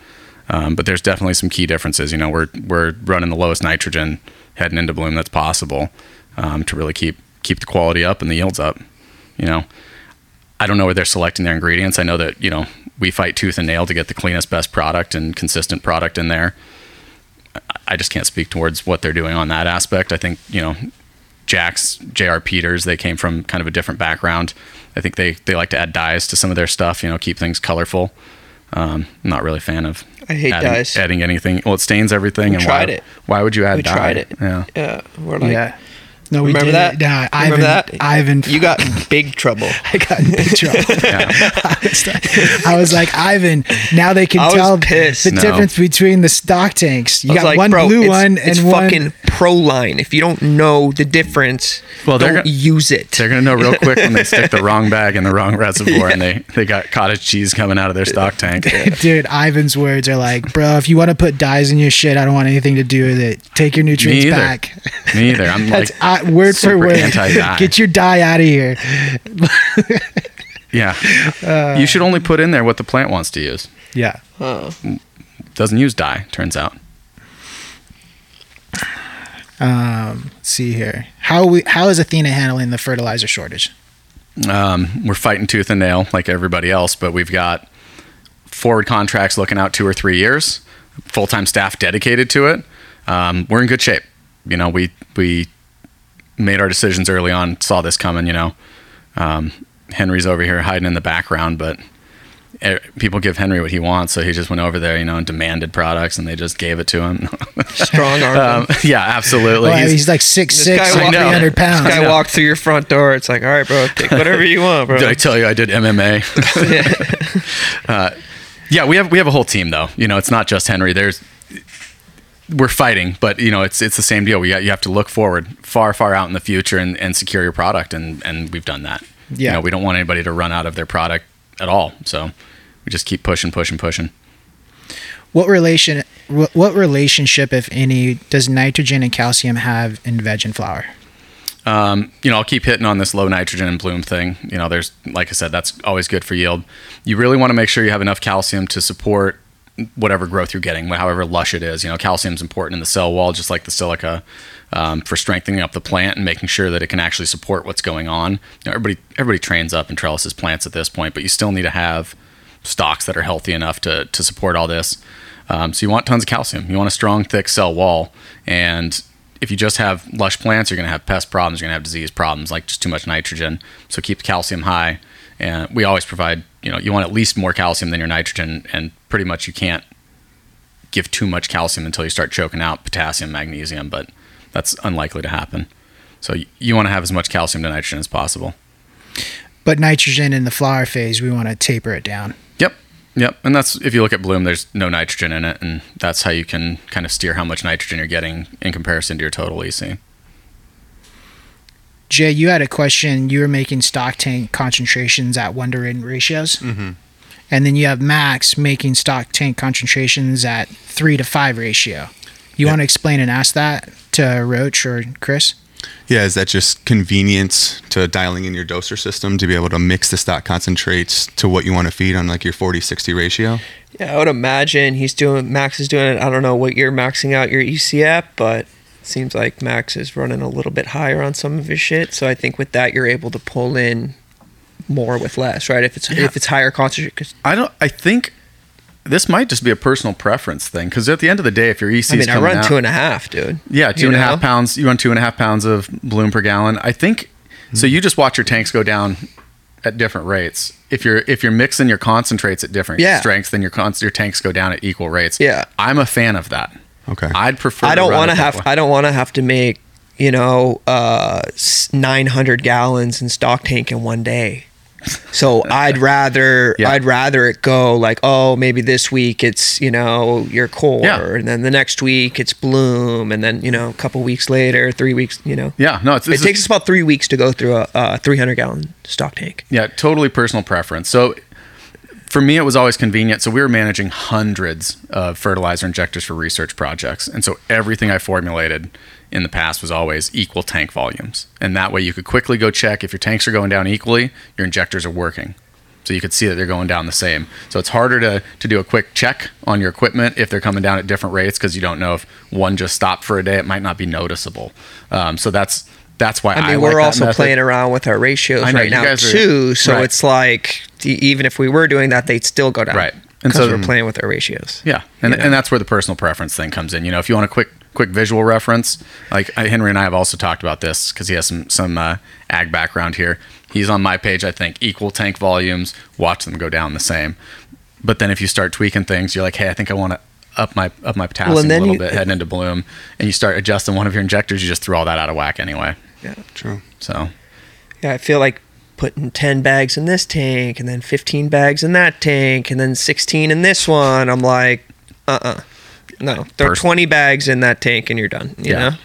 Um, but there's definitely some key differences. You know, we're we're running the lowest nitrogen heading into bloom that's possible um, to really keep keep the quality up and the yields up. You know, I don't know where they're selecting their ingredients. I know that you know we fight tooth and nail to get the cleanest, best product and consistent product in there. I- I just can't speak towards what they're doing on that aspect. I think you know, Jack's J.R. Peters, they came from kind of a different background. I think they they like to add dyes to some of their stuff. You know, keep things colorful. Um, I'm not really a fan of. I hate adding, dyes. Adding anything, well, it stains everything. We and tried why, it. Why would you add we dye? tried it. Yeah. yeah. We're like, yeah. No, we remember did that? It. Nah, remember Ivan, that? Ivan, you got in big trouble. I got in big trouble. I, was like, I was like, Ivan, now they can I was tell pissed. the No. difference between the stock tanks. You I was got like, one bro, blue it's, one it's and one. fucking Proline. If you don't know the difference, Well, they're don't go- use it. They're gonna know real quick when they stick the wrong bag in the wrong reservoir, and they they got cottage cheese coming out of their stock tank. Dude, Ivan's words are like, bro, if you want to put dyes in your shit, I don't want anything to do with it. Take your nutrients either. back. Me either. I'm like, That's uh, word for super word. anti-dye. Get your dye out of here. yeah. you should only put in there what the plant wants to use. Yeah. Huh. Doesn't use dye. Turns out. Um, let's see here. How we how is Athena handling the fertilizer shortage? Um, we're fighting tooth and nail like everybody else, but we've got forward contracts looking out two or three years, full time staff dedicated to it. Um, we're in good shape. You know, we we made our decisions early on, saw this coming. You know, um, Henry's over here hiding in the background, but eh, people give Henry what he wants, so he just went over there, you know, and demanded products, and they just gave it to him. Strong arm. um, yeah, absolutely. Well, Oh, he's, He's- like six This six, guy like walked- I know. three hundred this pounds. guy walked through your front door. It's like, all right, bro, take whatever you want, bro. Did I tell you I did MMA? Yeah. Uh, Yeah, we have we have a whole team though. You know, it's not just Henry. There's we're fighting, but you know, it's it's the same deal. We got, you have to look forward far far out in the future and, and secure your product, and and we've done that. Yeah. you know, we don't want anybody to run out of their product at all. So we just keep pushing, pushing, pushing. What relation what, what relationship, if any, does nitrogen and calcium have in veg and flour? Um, you know, I'll keep hitting on this low nitrogen and bloom thing. You know, there's like I said, that's always good for yield. You really want to make sure you have enough calcium to support whatever growth you're getting, however lush it is. You know, calcium's important in the cell wall, just like the silica, um, for strengthening up the plant and making sure that it can actually support what's going on. You know, everybody everybody trains up and trellises plants at this point, but you still need to have stocks that are healthy enough to to support all this. Um, so you want tons of calcium. You want a strong, thick cell wall. And if you just have lush plants, you're going to have pest problems. You're going to have disease problems, like just too much nitrogen. So keep the calcium high. And we always provide, you know, you want at least more calcium than your nitrogen. And pretty much you can't give too much calcium until you start choking out potassium, magnesium, but that's unlikely to happen. So you, you want to have as much calcium to nitrogen as possible. But nitrogen in the flower phase, we want to taper it down. Yep. Yep. And that's if you look at bloom, there's no nitrogen in it, and that's how you can kind of steer how much nitrogen you're getting in comparison to your total E EC. Jay, you had a question. You were making stock tank concentrations at one to one ratios, mm-hmm. and then you have Max making stock tank concentrations at three to five ratio. You want to explain and ask that to Roach or Chris? Yeah, is that just convenience to dialing in your doser system to be able to mix the stock concentrates to what you want to feed on like your 40 60 ratio? Yeah, I would imagine he's doing. Max is doing it. I don't know what you're maxing out your EC app, but it seems like Max is running a little bit higher on some of his shit. So I think with that, you're able to pull in more with less, right? If it's if it's higher concentration, I don't. I think this might just be a personal preference thing because at the end of the day, if your EC I mean, I coming run out, two and a half, dude. yeah, two and a half know? pounds. You run two and a half pounds of bloom per gallon. I think so. Hmm. You just watch your tanks go down at different rates. If you're if you're mixing your concentrates at different Yeah. strengths, then your con- your tanks go down at equal rates. Yeah. I'm a fan of that. Okay. I'd prefer. I don't want to run it that have way. I don't want to have to make you know uh, s- 900 gallons in stock tank in one day. So I'd rather Yeah. I'd rather it go like oh maybe this week it's you know your core Yeah. and then the next week it's bloom and then you know a couple weeks later three weeks you know Yeah, no, it's, it this is- takes us about three weeks to go through a, a 300 gallon stock tank. Yeah, totally personal preference. So for me, it was always convenient. So we were managing hundreds of fertilizer injectors for research projects. And so everything I formulated in the past was always equal tank volumes. And that way you could quickly go check if your tanks are going down equally, your injectors are working. So you could see that they're going down the same. So it's harder to, to do a quick check on your equipment if they're coming down at different rates because you don't know if one just stopped for a day. It might not be noticeable. Um, so that's that's why I, I mean, like we're that also method. playing around with our ratios I know, right you now guys are- too. So right. it's like e- even if we were doing that, they'd still go down. Right. And And so- so we're playing with our ratios. Yeah, and and that's where the personal preference thing comes in. You know, if you want a quick quick visual reference, like I- Henry and I have also talked about this because he has some some uh, ag background here. He's on my page, I think. Equal tank volumes, watch them go down the same. But then if you start tweaking things, you're like, hey, I think I want to up my up my potassium a then little you- bit heading into bloom, and you start adjusting one of your injectors, you just throw all that out of whack anyway. True. So Yeah, I feel like putting 10 bags in this tank and then 15 bags in that tank and then 16 in this one. I'm like, uh uh No, throw Pers- 20 bags in that tank and you're done. You Yeah. know?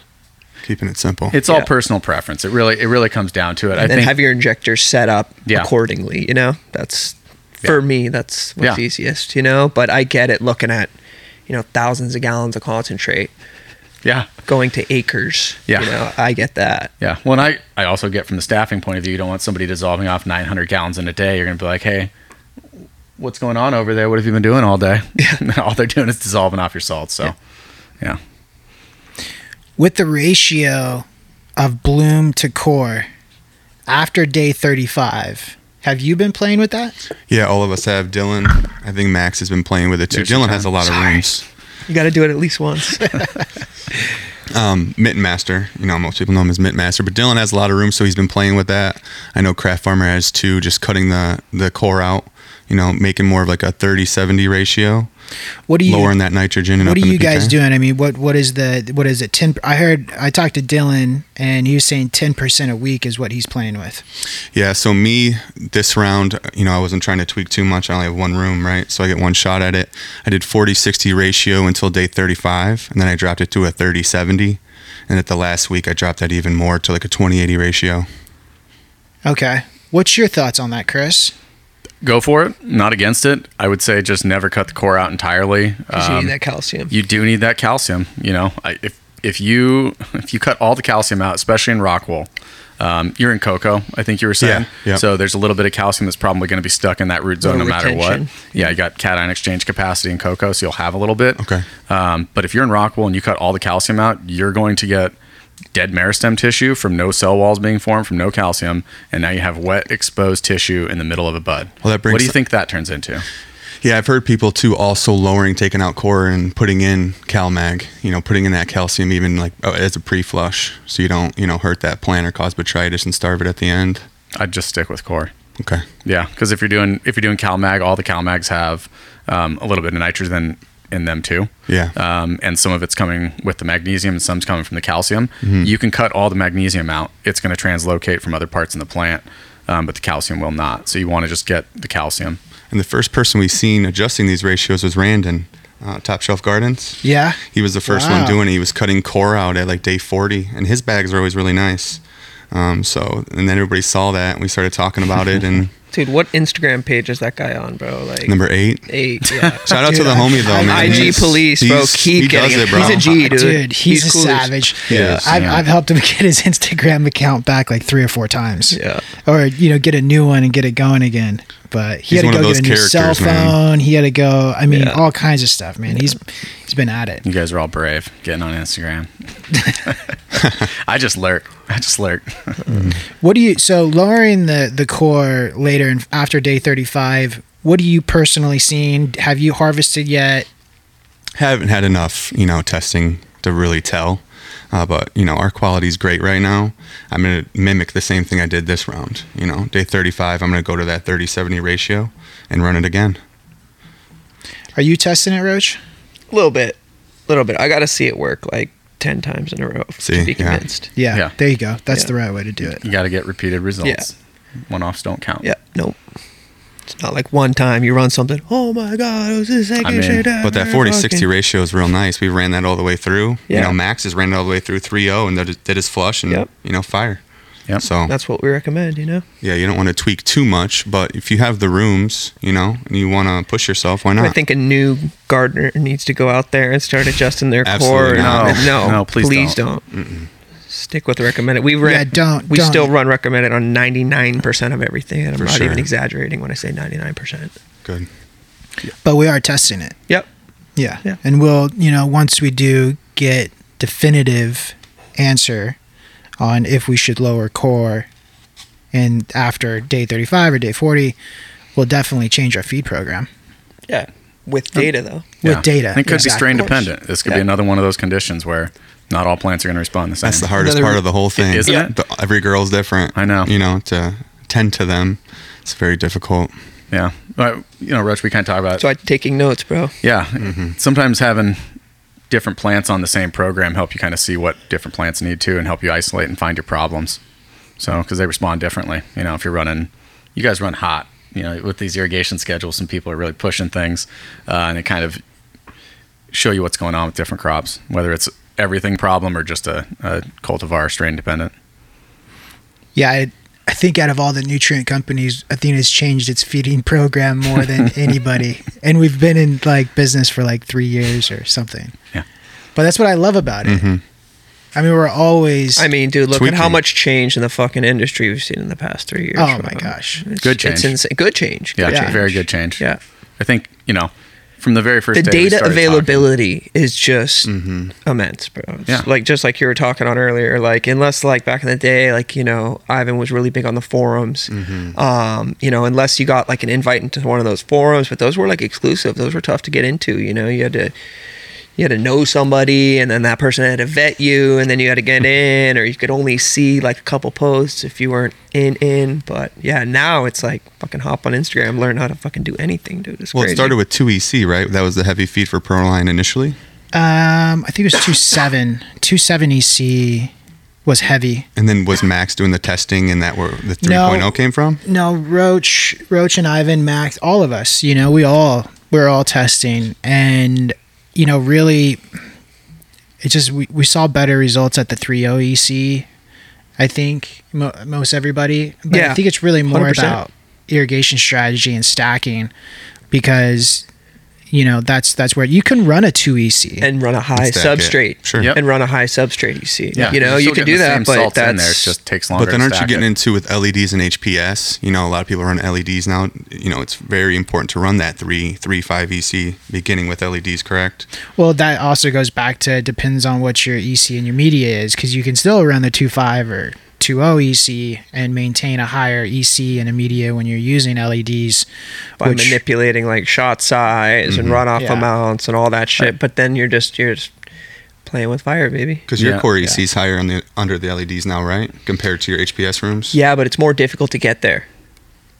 Keeping it simple. it's all Yeah. personal preference. It really it really comes down to it. I And then think have your injectors set up Yeah. accordingly. You know, that's for me, that's what's Yeah. easiest, you know? But I get it looking at, you know, thousands of gallons of concentrate. yeah. going to acres. Yeah. You know, I get that. Yeah. Well, and I, I also get from the staffing point of view, you don't want somebody dissolving off 900 gallons in a day. You're going to be like, hey, what's going on over there? What have you been doing all day? all they're doing is dissolving off your salt. So, yeah. with the ratio of bloom to core after day 35 have you been playing with that Yeah, all of us have. Dylan, I think Max has been playing with it too. There's your Dylan has a lot of rooms. You got to do it at least once. Um, Mitten Master, you know, most people know him as Mitten Master, but Dylan has a lot of rooms, so he's been playing with that. I know Craft Farmer has too, just cutting the the core out, you know, making more of like a 30-70 ratio, what do you lowering that nitrogen and what up are in the you guys PK. doing i mean what what is the what is it 10 i heard i talked to dylan and he was saying 10% a week is what he's playing with Yeah, so me this round, you know, I wasn't trying to tweak too much. I only have one room, right? So I get one shot at it. I did 40-60 ratio until day 35, and then I dropped it to a 30-70. And at the last week, I dropped that even more to like a 20-80 ratio. okay what's your thoughts on that chris go for it. Not against it. I would say just never cut the core out entirely. 'Cause you Um, need that calcium. you do need that calcium. You know, I, if if you if you cut all the calcium out, especially in rock wool, um, you're in cocoa. I think you were saying. Yeah, yeah. So there's a little bit of calcium that's probably going to be stuck in that root zone no Little matter what. retention. Yeah, you got cation exchange capacity in cocoa, so you'll have a little bit. Okay. Um, but if you're in rock wool and you cut all the calcium out, you're going to get dead meristem tissue from no cell walls being formed from no calcium and now you have wet exposed tissue in the middle of a bud Well, that brings- what do you think that turns into Yeah, I've heard people too also lowering, taking out core and putting in CalMag, you know, putting in that calcium even like oh, as a pre flush so you don't, you know, hurt that plant or cause botrytis and starve it at the end. i'd just stick with core Okay. Yeah, because if you're doing if you're doing CalMag, all the CalMags have um, a little bit of nitrogen in them too. Yeah. Uh, Um, and some of it's coming with the magnesium, and some's coming from the calcium. You can cut all the magnesium out; it's going to translocate from other parts in the plant, um, but the calcium will not. So you want to just get the calcium. And the first person we've seen adjusting these ratios was Randon, uh, Top Shelf Gardens. yeah He was the first Wow. one doing it. He was cutting core out at like day 40, and his bags are always really nice. Um, so, and then everybody saw that, and we started talking about it. And Dude, what Instagram page is that guy on, bro? Like number eight, eight. Yeah. shout out to Dude, the I- homie though, I- man. IG He's- police, bro. he's- Keep he does getting it, it. bro. He's a G, dude. he's, a cool as- savage He is, I've, yeah. I've helped him get his instagram account back like three or four times Yeah. or you know get a new one and get it going again but he He's had one to of go those get a new cell phone characters, man. he had to go i mean Yeah. all kinds of stuff man he's he's been at it You guys are all brave getting on Instagram. I just lurk. I just lurk. what do you so lowering the the core later and after day 35 what do you personally seen have you harvested yet haven't had enough, you know, testing to really tell. Uh, but you know, our quality's great right now. I'm gonna mimic the same thing I did this round. You know, day 35, I'm gonna go to that 30-70 ratio and run it again. are you testing it roach A little bit. A little bit. I got to see it work like 10 times in a row See, to be yeah. convinced. yeah, Yeah. there you go that's Yeah. the right way to do it You got to get repeated results. One offs don't count. Yeah. Nope. It's not like one time you run something. Oh my God, it was the second I mean, shit ever. But that 40-60 fucking-" ratio is real nice. We ran that all the way oh through. You Mm, Yeah. know, Max has ran it all the way through 3-0 and did his- did his flush and Yep. you know fire. Yep. So That's what we recommend, you know? yeah, you don't want to tweak too much, but if you have the rooms, you know, and you want to push yourself, why not? I think a new gardener needs to go out there and start adjusting their core. Absolutely not. And, no, No, please don't. Stick with recommended. We ran, Yeah, don't- We don't. still run recommended on ninety nine percent of everything, and I'm For not sure. even exaggerating when I say ninety nine percent. Good. But we are testing it. Yep. Yeah. Yeah. And we'll, you know, once we do get definitive answer on if we should lower core and after day 35 or day 40, we'll definitely change our feed program Yeah. With data though. with Yeah. data. And it could Exactly. be strain Of course. dependent. This could Yeah. be another one of those conditions where not all plants are going to respond the same. That's the hardest Another- part of the whole thing. Isn't Yeah. it? The- every girl's different. I know. You know, to tend to them, it's very difficult. Yeah. But, you know, Roach, we kind of talk about So I'm taking notes, bro. Yeah. Mm-hmm. Sometimes having different plants on the same program help you kind of see what different plants need to and help you isolate and find your problems. So, because they respond differently. You know, if you're running, you guys run hot, you know, with these irrigation schedules, some people are really pushing things uh, and it kind of show you what's going on with different crops, whether it's everything problem or just a, a cultivar strain dependent. Yeah, I, I think out of all the nutrient companies, Athena's changed its feeding program more than anybody, and we've been in like business for like three years or something. Yeah. Mm-hmm. but that's what I love about it. I mean, we're always. I mean, dude, look at how Tweaking. much change in the fucking industry we've seen in the past three years. Oh bro. my gosh. It's- Good change. It's insane. Good change. Yeah. Good change. Very good change. Yeah. I think, you know, from the very first the day we data started talking- Mm-hmm. availability is just immense, bro. It's Yeah. Like just like you were talking on earlier, like unless like back in the day, like you know, Ivan was really big on the forums. Mm-hmm. Um, you know, unless you got like an invite into one of those forums, but those were like exclusive. Those were tough to get into. You know, you had to you had to know somebody and then that person had to vet you and then you had to get in or you could only see like a couple posts if you weren't in in but yeah now it's like fucking hop on instagram learn how to fucking do anything dude it's Well, crazy it started with 2EC, right? That was the heavy feed for Proline initially. um, I think it was two seven, two seven EC was heavy. And then was Max doing the testing and that where the 3.0 No. came from? No, Roach, Roach and Ivan, Max, all of us. You know, we all we're all testing, and you know, really, it just we, we saw better results at the three O EC. I think mo- most everybody, but I Yeah, think it's really more 100%. about irrigation strategy and stacking because you know that's that's where you can run a two E EC. and run a high Stack it. substrate. Sure. Yep. And run a high substrate. You see, Yeah. you know, You're you still can getting do the that, same but salts in that's there. It just takes longer. But then to aren't you stack getting it. into with LEDs and HPS? You know, a lot of people run LEDs now. You know, it's very important to run that three three five EC beginning with LEDs, correct? Well, that also goes back to it depends on what your EC and your media is because you can still run the 2.5 or 2.0 EC and maintain a higher EC and a media when you're using LEDs. by which- manipulating like shot size Mm-hmm. and runoff Yeah. amounts and all that shit. But then you're just you're just playing with fire, baby. Because your Yeah. core EC is higher on the under the LEDs now, right? Compared to your HPS rooms. Yeah, but it's more difficult to get there.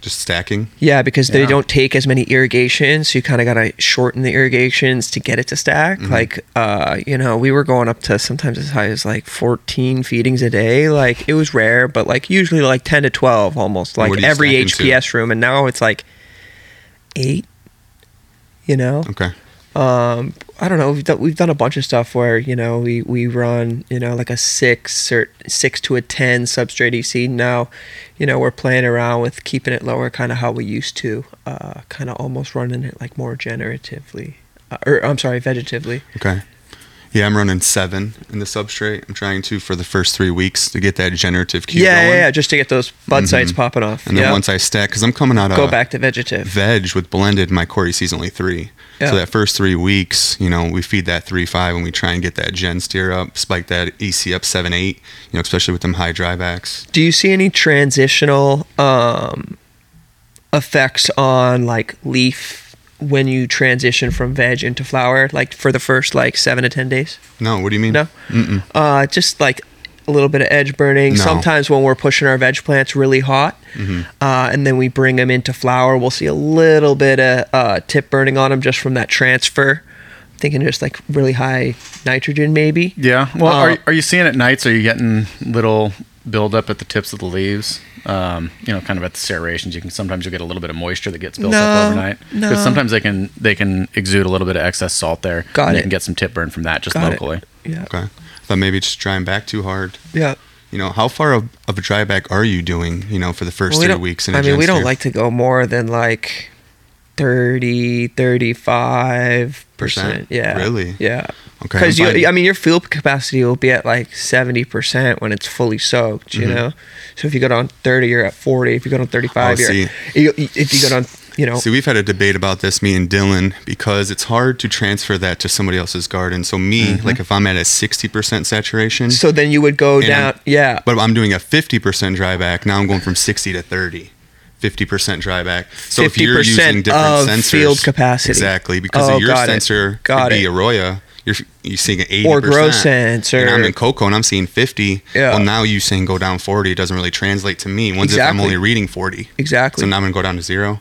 Just stacking. Yeah, because they Yeah. don't take as many irrigations. So you kind of got to shorten the irrigations to get it to stack. Mm-hmm. Like, uh, you know, we were going up to sometimes as high as like 14 feedings a day. Like, it was rare, but like usually like 10 to 12 almost, What like are you every stacking to? HPS room. And now it's like eight, you know? Okay. um i don't know we've done, we've done a bunch of stuff where you know we we run you know like a six or six to a ten substrate ec now you know we're playing around with keeping it lower kind of how we used to uh kind of almost running it like more generatively uh, or i'm sorry vegetatively Okay. Yeah, I'm running seven in the substrate. I'm trying to for the first three weeks to get that generative yeah, cue yeah going. Mm-hmm. yeah just to get those bud sites popping off And then yeah once uh, I stack, because I'm coming out go of back to vegetative veg with blended, my core EC is only three. Yeah. So that first three weeks, you know, we feed that three five and we try and get that gen steer up, spike that EC up seven eight. You know, especially with them high drybacks. do you see any transitional um, effects on like leaf when you transition from veg into flower like for the first like seven to ten days No, what do you mean? no uh, just like a little bit of edge burning No. sometimes when we're pushing our veg plants really hot Mm-hmm. uh, and then we bring them into flower we'll see a little bit of uh, tip burning on them just from that transfer thinking just like really high nitrogen maybe Yeah. Well, Uh, are, are you seeing at nights? Are you getting little buildup at the tips of the leaves? Um, you know, kind of at the serrations, you can sometimes you get a little bit of moisture that gets built No, up overnight. no. sometimes they can they can exude a little bit of excess salt there. Got it. and You can get some tip burn from that just Got it. locally. yeah Okay. I thought maybe just drying back too hard. yeah You know, how far of, of a dryback are you doing? You know, for the first Well, we three don't- weeks. I mean, we don't Agenster? like to go more than like 30, 35 percent. Percent? Yeah. Really? Yeah. Okay, Because I'm fine. you, I mean, your fuel capacity will be at like seventy percent when it's fully soaked. Mm-hmm. You know, so if you go down thirty, you're at forty. If you go down thirty-five, Oh, you're see. you, if you go down, you know, See, we've had a debate about this, me and Dylan, because it's hard to transfer that to somebody else's garden. So me, like if I'm at a sixty percent saturation, Mm-hmm. so then you would go And I'm- down. Yeah. but I'm doing a fifty percent dryback. Now I'm going from sixty to thirty. 50% dryback. So if you're 50% using different of sensors, field capacity. exactly, because Oh, of your got it. sensor Got could be it. Arroya, you're you seeing an 80%. Or grow sense, And I'm or- in Coco and I'm seeing 50. Yeah. Well, now you saying go down 40 it doesn't really translate to me. Once if I'm Exactly. only reading 40. Exactly. So now I'm going to go down to zero.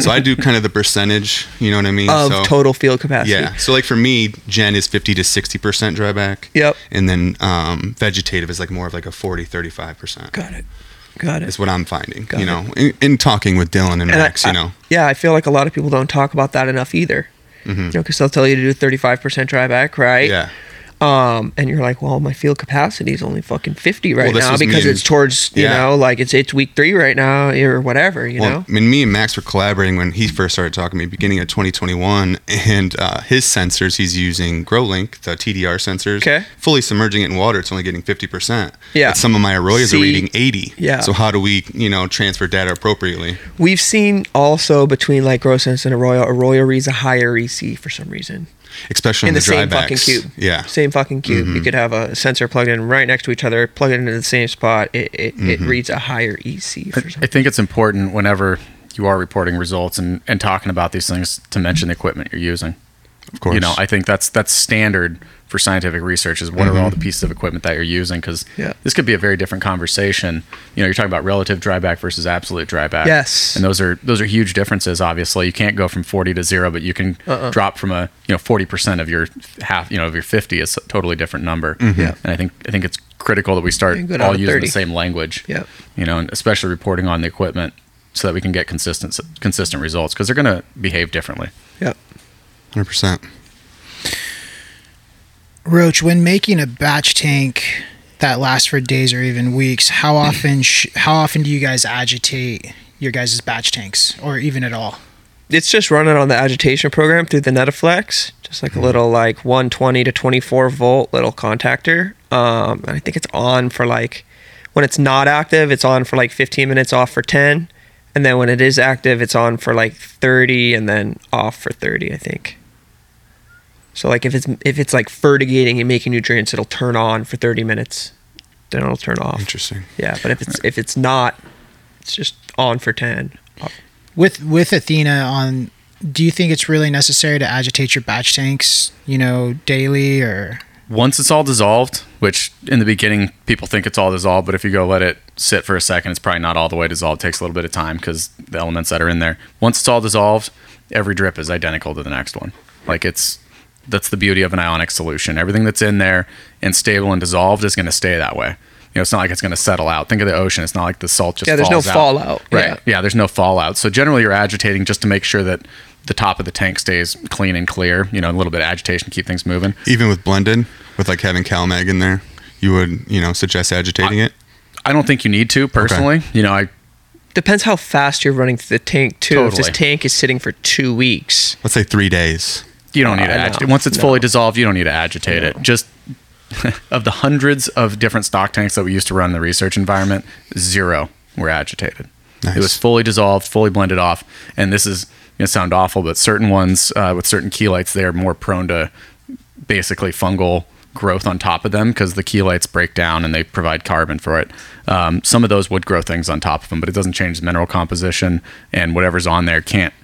so I do kind of the percentage, you know what I mean? of so, total field capacity. Yeah. So like for me, Gen is 50 to 60% dryback. Yep. And then um, vegetative is like more of like a 40, 35%. Got it. Got it. Is what I'm finding, Got you know, in, in talking with Dylan and, Max, I, you know. I- yeah, I feel like a lot of people don't talk about that enough either. You know, because they'll tell you to do thirty-five percent dryback, right? Mm-hmm. yeah. Um, and you're like, well, my field capacity is only fucking fifty right Well, this now was me because and- it's towards you yeah. know, like it's it's week three right now or whatever, you Well, know. I mean, me and Max were collaborating when he first started talking to me, beginning of 2021, and uh, his sensors he's using GrowLink, the TDR sensors, Okay. fully submerging it in water. It's only getting 50 percent. Yeah. but some of my arroyas See? are reading 80. Yeah. So how do we, you know, transfer data appropriately? We've seen also between like Grossense and Arroyo, Arroyo reads a higher EC for some reason Especially in on the, the, same drybacks. fucking cube. Yeah. Mm-hmm. same fucking cube. You could have a sensor plugged in right next to each other, plug it into the same spot. It it, it Mm-hmm. reads a higher EC for some I think it's important whenever you are reporting results and, and talking about these things to mention the equipment you're using. Of course. You know, I think that's that's standard for scientific research is what are all the pieces of equipment that you're using because Mm-hmm. Yeah. this could be a very different conversation. You know, you're talking about relative dryback versus absolute dryback. Yes. and those are those are huge differences. Obviously, you can't go from 40 to zero, but you can Uh-uh. drop from a you know 40 percent of your half you know of your 50 is a totally different number. Mm-hmm. Yeah. and I think I think it's critical that we start You can go down all to using 30. the same language Yep. you know, and especially reporting on the equipment so that we can get consistent consistent results because they're going to behave differently. Yep. 100. percent Roach, when making a batch tank that lasts for days or even weeks, how often sh- how often do you guys agitate your guys' batch tanks, or even at all? it's just running on the agitation program through the Netaflex, just like a little like 120 to 24 volt little contactor. Um, and I think it's on for like when it's not active, it's on for like 15 minutes, off for 10, and then when it is active, it's on for like 30 and then off for 30, I think. So like if it's if it's like fertigating and making nutrients, it'll turn on for 30 minutes, then it'll turn off. Interesting. Yeah, but if it's if it's not, it's just on for 10. off- With with Athena on, do you think it's really necessary to agitate your batch tanks, you know, daily or? Once it's all dissolved, which in the beginning people think it's all dissolved, but if you go let it sit for a second, it's probably not all the way dissolved. It takes a little bit of time because the elements that are in there. Once it's all dissolved, every drip is identical to the next one. Like it's that's the beauty of an ionic solution. Everything that's in there and stable and dissolved is going to stay that way. You know, it's not like it's going to settle out. Think of the ocean. It's not like the salt just Yeah, there's no falls out. fallout. Right. Yeah. yeah, there's no fallout. So generally, you're agitating just to make sure that the top of the tank stays clean and clear. You know, a little bit of agitation, keep things moving. Even with blended, with like having CalMag in there, you would, you know, suggest agitating it. I don't think you need to personally. You know, I Depends how fast you're running through the tank too. If this Totally. tank is sitting for two weeks, Let's say three days. you don't need to Uh, no, agitate. Once it's no. fully dissolved, you don't need to agitate it. Just of the hundreds of different stock tanks that we used to run in the research environment, zero were agitated. It Nice. was fully dissolved, fully blended off. And this is going to sound awful, but certain ones uh, with certain chelates, they are more prone to basically fungal growth on top of them because the chelates break down and they provide carbon for it. Um, some of those would grow things on top of them, but it doesn't change the mineral composition, and whatever's on there can't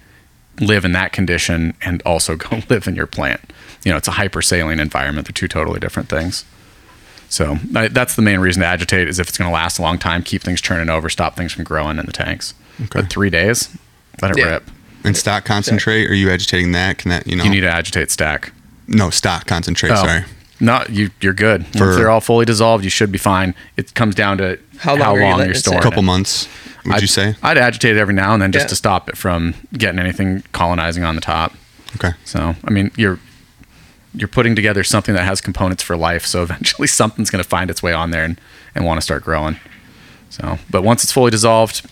live in that condition and also go live in your plant. You know, it's a hypersaline environment. They're two totally different things. So I, that's the main reason to agitate is if it's going to last a long time, keep things turning over, stop things from growing in the tanks. Okay. But three days, let it Yeah. rip. And stock concentrate, are you agitating that? Can that, you know? You need to agitate stack. no, stock concentrate, Oh. sorry. No, you you're good. For- Once they're all fully dissolved, you should be fine. It comes down to How how long long, are you you letting are it sit? storing. A couple it. months, would I'd- you say? I'd agitate it every now and then just Yeah. to stop it from getting anything colonizing on the top. Okay. So I mean, you're you're putting together something that has components for life. So eventually something's going to find its way on there and, and want to start growing. So, but once it's fully dissolved,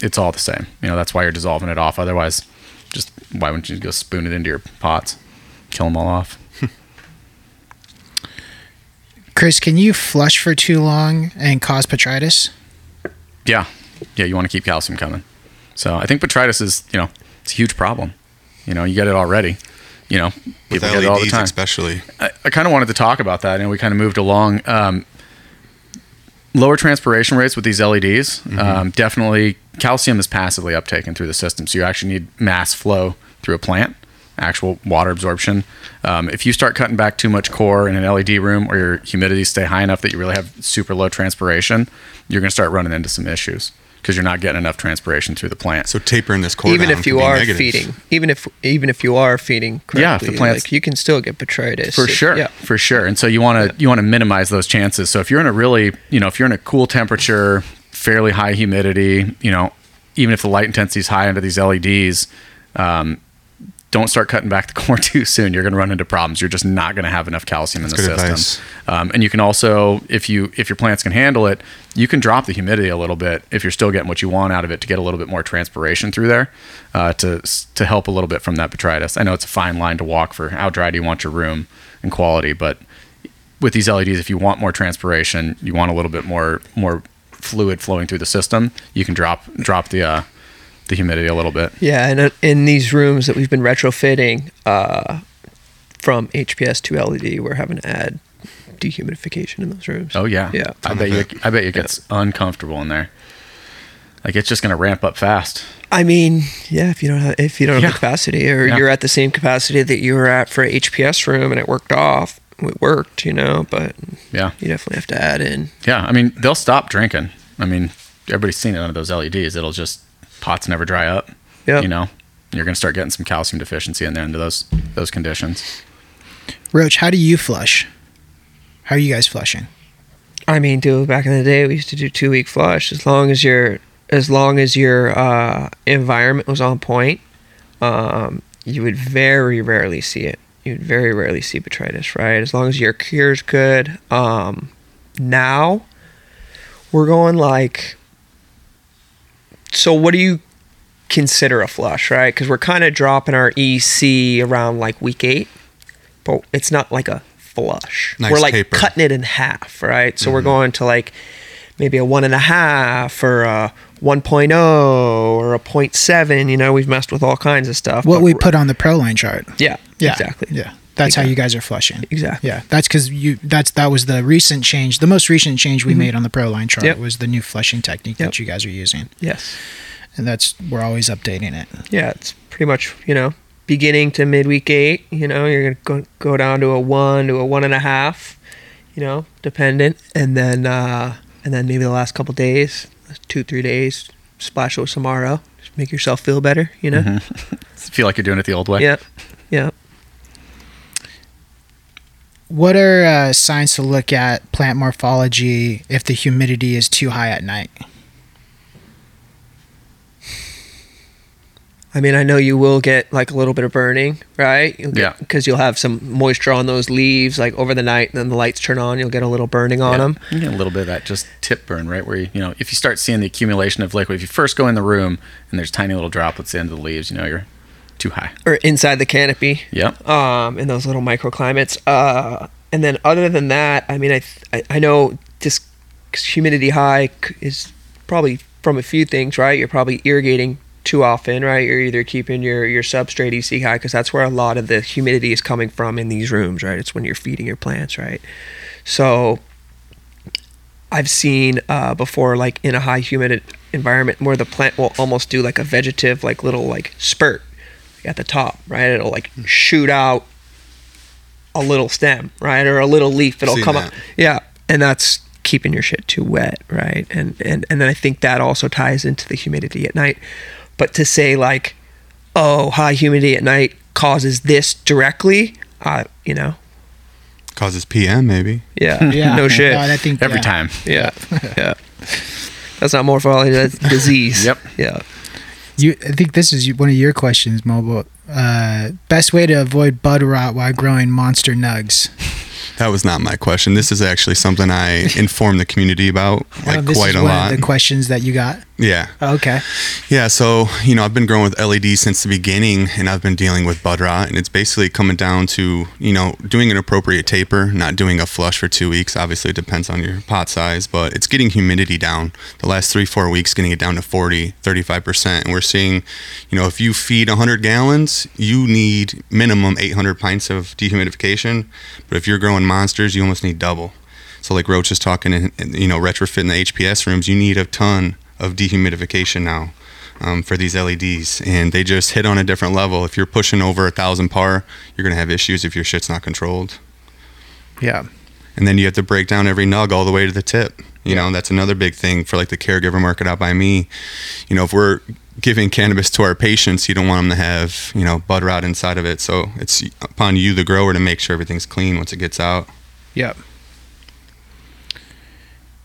it's all the same. You know, that's why you're dissolving it off. Otherwise, just why wouldn't you go spoon it into your pots, kill them all off? Chris, can you flush for too long and cause botrytis? Yeah. Yeah. You want to keep calcium coming. So I think botrytis is, you know, it's a huge problem. You know, you get it already. You know, with E people get it all the LEDs time. especially. I, I kind of wanted to talk about that, and we kind of moved along. Um, lower transpiration rates with these LEDs. Um, definitely, calcium is passively uptaken through the system, so you actually need mass flow through a plant, actual water absorption. Um, if you start cutting back too much core in an LED room, or your humidity stay high enough that you really have super low transpiration, you're going to start running into some issues because you're not getting enough transpiration through the plant. So tapering this core even down if can you be are negative. feeding, even if even if you are feeding correctly, Yeah, if the plant's- like you can still get botrytis for sure Yeah, for sure and so you want to you want to minimize those chances so if you're in a really you know if you're in a cool temperature fairly high humidity you know even if the light intensity is high under these E leds um, don't start cutting back the core too soon you're going to run into problems you're just not going to have enough calcium in good the advice. system um, and you can also if you if your plants can handle it you can drop the humidity a little bit if you're still getting what you want out of it to get a little bit more transpiration through there uh, to to help a little bit from that botrytis i know it's a fine line to walk for how dry do you want your room and quality but with these leds if you want more transpiration you want a little bit more more fluid flowing through the system you can drop drop the uh, the humidity a little bit yeah. And uh, in these rooms that we've been retrofitting uh, from HPS to LED, we're having to add dehumidification in those rooms. Oh yeah, yeah. I bet you. I bet you it gets uncomfortable in there. Like it's just gonna ramp up fast. I mean, yeah, if you don't have if you don't have Yeah. the capacity, or Yeah. you're at the same capacity that you were at for a HPS room, and it worked off, it worked, you know. But Yeah, you definitely have to add in. yeah. I mean, they'll stop drinking. I mean, everybody's seen it under those LEDs. It'll just pots never dry up. Yeah, You know, you're gonna start getting some calcium deficiency in there under those those conditions. Roach, how do you flush? How are you guys flushing? I mean, do back in the day, we used to do two week flush. As long as your as long as your uh, environment was on point, um, you would very rarely see it. You'd very rarely see botrytis, right? As long as your cure's good. Um, now, we're going like. So what do you consider a flush, right? Because we're kind of dropping our EC around like week eight, but it's not like a flush. Nice we're like taper. Mm-hmm. cutting it in half, right? So we're going to like maybe a one and a half or a 1.0 or a 0.7. You know, we've messed with all kinds of stuff. What but we we're- put on the pro line chart. yeah, Yeah, exactly. Yeah, that's how you guys are flushing. Exactly. Yeah, that's because you. That's that was the recent change. The most recent change we made on the pro line chart Mm-hmm. Yep. was the new flushing technique Yep. that you guys are using, Yes. and that's we're always updating it. yeah, it's pretty much you know beginning to midweek eight. You know, you're gonna go, go down to a one to a one and a half. You know, dependent, and then uh, and then maybe the last couple days, two three days, splash it with some RO. Just make yourself feel better. You know. Mm-hmm. Feel like you're doing it the old way. Yeah. Yeah. What are uh, signs to look at plant morphology if the humidity is too high at night? I mean, I know you will get like a little bit of burning, right? You'll get, Yeah. Because you'll have some moisture on those leaves, like over the night, and then the lights turn on. You'll get a little burning on them. You get a little bit of that just tip burn, right? Where you, you know, if you start seeing the accumulation of liquid, if you first go in the room and there's tiny little droplets at the end of the leaves, you know, you're too high. or inside the canopy. Yep. Um, in those little microclimates. Uh, and then other than that, I mean, I th- I, I know this humidity high c- is probably from a few things, right? You're probably irrigating too often, right? You're either keeping your your substrate EC high because that's where a lot of the humidity is coming from in these rooms, right? It's when you're feeding your plants, right? So I've seen uh, before, like in a high humid environment, where the plant will almost do like a vegetative, like little like spurt at the top, right? It'll like shoot out a little stem, right, or a little leaf. It'll Seen come that. up, yeah, and that's keeping your shit too wet, right? And and and then I think that also ties into the humidity at night. But to say like, oh, high humidity at night causes this directly, uh, you know, Causes PM maybe. yeah, no shit, God, I think Every yeah. time. yeah, yeah. That's not morphology. That's disease. Yep. Yeah. You, I think this is one of your questions, Mo. But Uh, best way to avoid bud rot while growing monster nugs. That was not my question. This is actually something I inform the community about Uh, like this quite is a one lot. of the questions that you got. yeah. Oh, okay. Yeah, so you know, I've been growing with LED since the beginning, and I've been dealing with bud rot, and it's basically coming down to you know doing an appropriate taper, not doing a flush for two weeks. Obviously, it depends on your pot size, but it's getting humidity down. The last three, four weeks, getting it down to 40, 35 percent, and we're seeing, you know, if you feed 100 gallons, you need minimum 800 pints of dehumidification, but if you're growing monsters, you almost need double. So like Roach is talking, in, in, you know, retrofitting the HPS rooms, you need a ton of dehumidification now um, for these LEDs, and they just hit on a different level. If you're pushing over a thousand par, you're gonna have issues if your shit's not controlled. Yeah. And then you have to break down every nug all the way to the tip. You know, that's another big thing for like the caregiver market out by me. You know, if we're giving cannabis to our patients, you don't want them to have you know bud rot inside of it. So it's upon you, the grower, to make sure everything's clean once it gets out. Yep.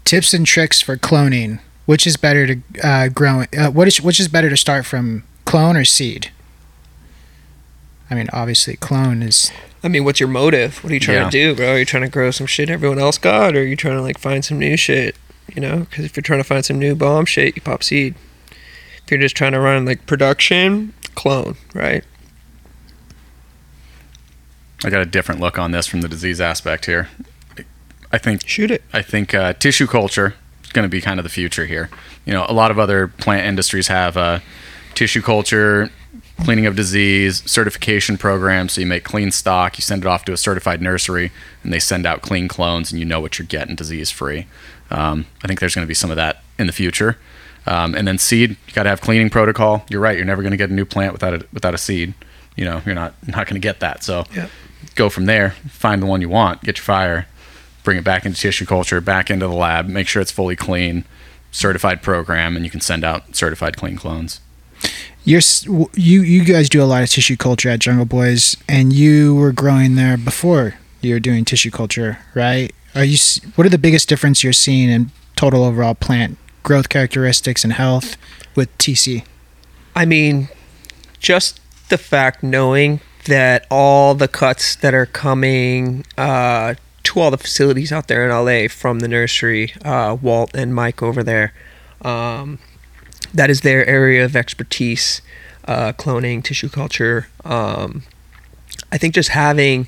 Tips and tricks for cloning. Which is better to uh, grow? Uh, what is which is better to start from clone or seed? I mean, obviously, clone is I mean, what's your motive? What are you trying Yeah. to do, bro? Are you trying to grow some shit everyone else got, or are you trying to like find some new shit? You know, because if you're trying to find some new bomb shit, you pop seed. If you're just trying to run like production, clone, right? I got a different look on this from the disease aspect here. I think Shoot it. I think uh, tissue culture is going to be kind of the future here. You know, a lot of other plant industries have uh, tissue culture, cleaning of disease, certification programs. So you make clean stock, you send it off to a certified nursery, and they send out clean clones, and you know what you're getting disease free. Um, I think there's going to be some of that in the future. Um, and then seed, you got to have cleaning protocol. You're right. You're never going to get a new plant without a without a seed. You know, you're not not going to get that. So Yep. go from there. Find the one you want. Get your fire bring it back into tissue culture, back into the lab, make sure it's fully clean, certified program, and you can send out certified clean clones. you're s- w- you you guys do a lot of tissue culture at Jungle Boys, and you were growing there before you were doing tissue culture, right? Are you? s- What are the biggest difference you're seeing in total overall plant growth characteristics and health with TC? I mean, just the fact knowing that all the cuts that are coming uh, to all the facilities out there in LA from the nursery, uh, Walt and Mike over there, um, that is their area of expertise uh, cloning, tissue culture. Um, I think just having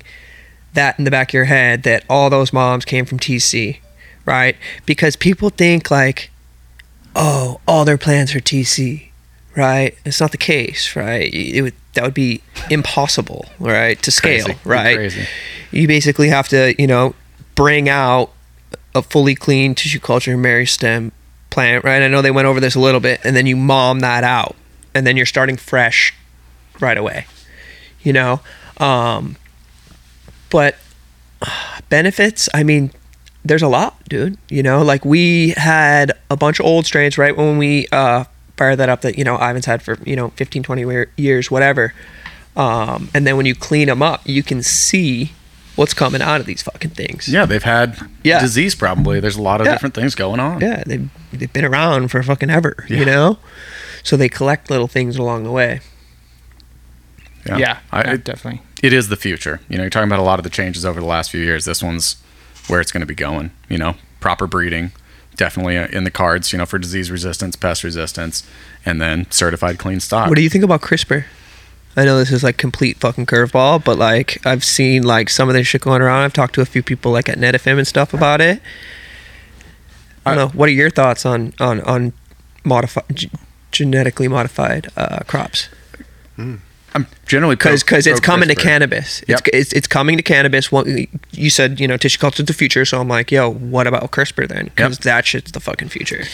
that in the back of your head that all those moms came from TC, right? Because people think like, oh, all their plans are TC, right? It's not the case, right? It would, that would be impossible, right, to scale, Crazy. right? Crazy. You basically have to, you know, bring out a fully clean tissue culture meristem plant, right? I know they went over this a little bit, and then you mom that out, and then you're starting fresh right away, you know? Um, but benefits i mean there's a lot dude you know like we had a bunch of old strains right when we uh fired that up that you know ivan's had for you know 15 20 weir- years whatever um and then when you clean them up you can see what's coming out of these fucking things Yeah, they've had Yeah. disease probably. There's a lot of Yeah. different things going on. yeah they've, they've been around for fucking ever you know so they collect little things along the way I, it, definitely. it is the future. You know, you're talking about a lot of the changes over the last few years. This one's where it's going to be going. You know, proper breeding, definitely uh, in the cards. You know, for disease resistance, pest resistance, and then certified clean stock. What do you think about CRISPR? I know this is like complete fucking curveball, but like I've seen like some of this shit going around. I've talked to a few people like at NetFM and stuff about it. I don't know. What are your thoughts on on on modified g- genetically modified uh, crops? I'm generally Because pro- it's pro coming to CRISPR. cannabis. Yep. It's, it's it's coming to cannabis. What you said, you know, tissue culture is the future. So I'm like, yo, what about CRISPR then? Because Yep. that shit's the fucking future.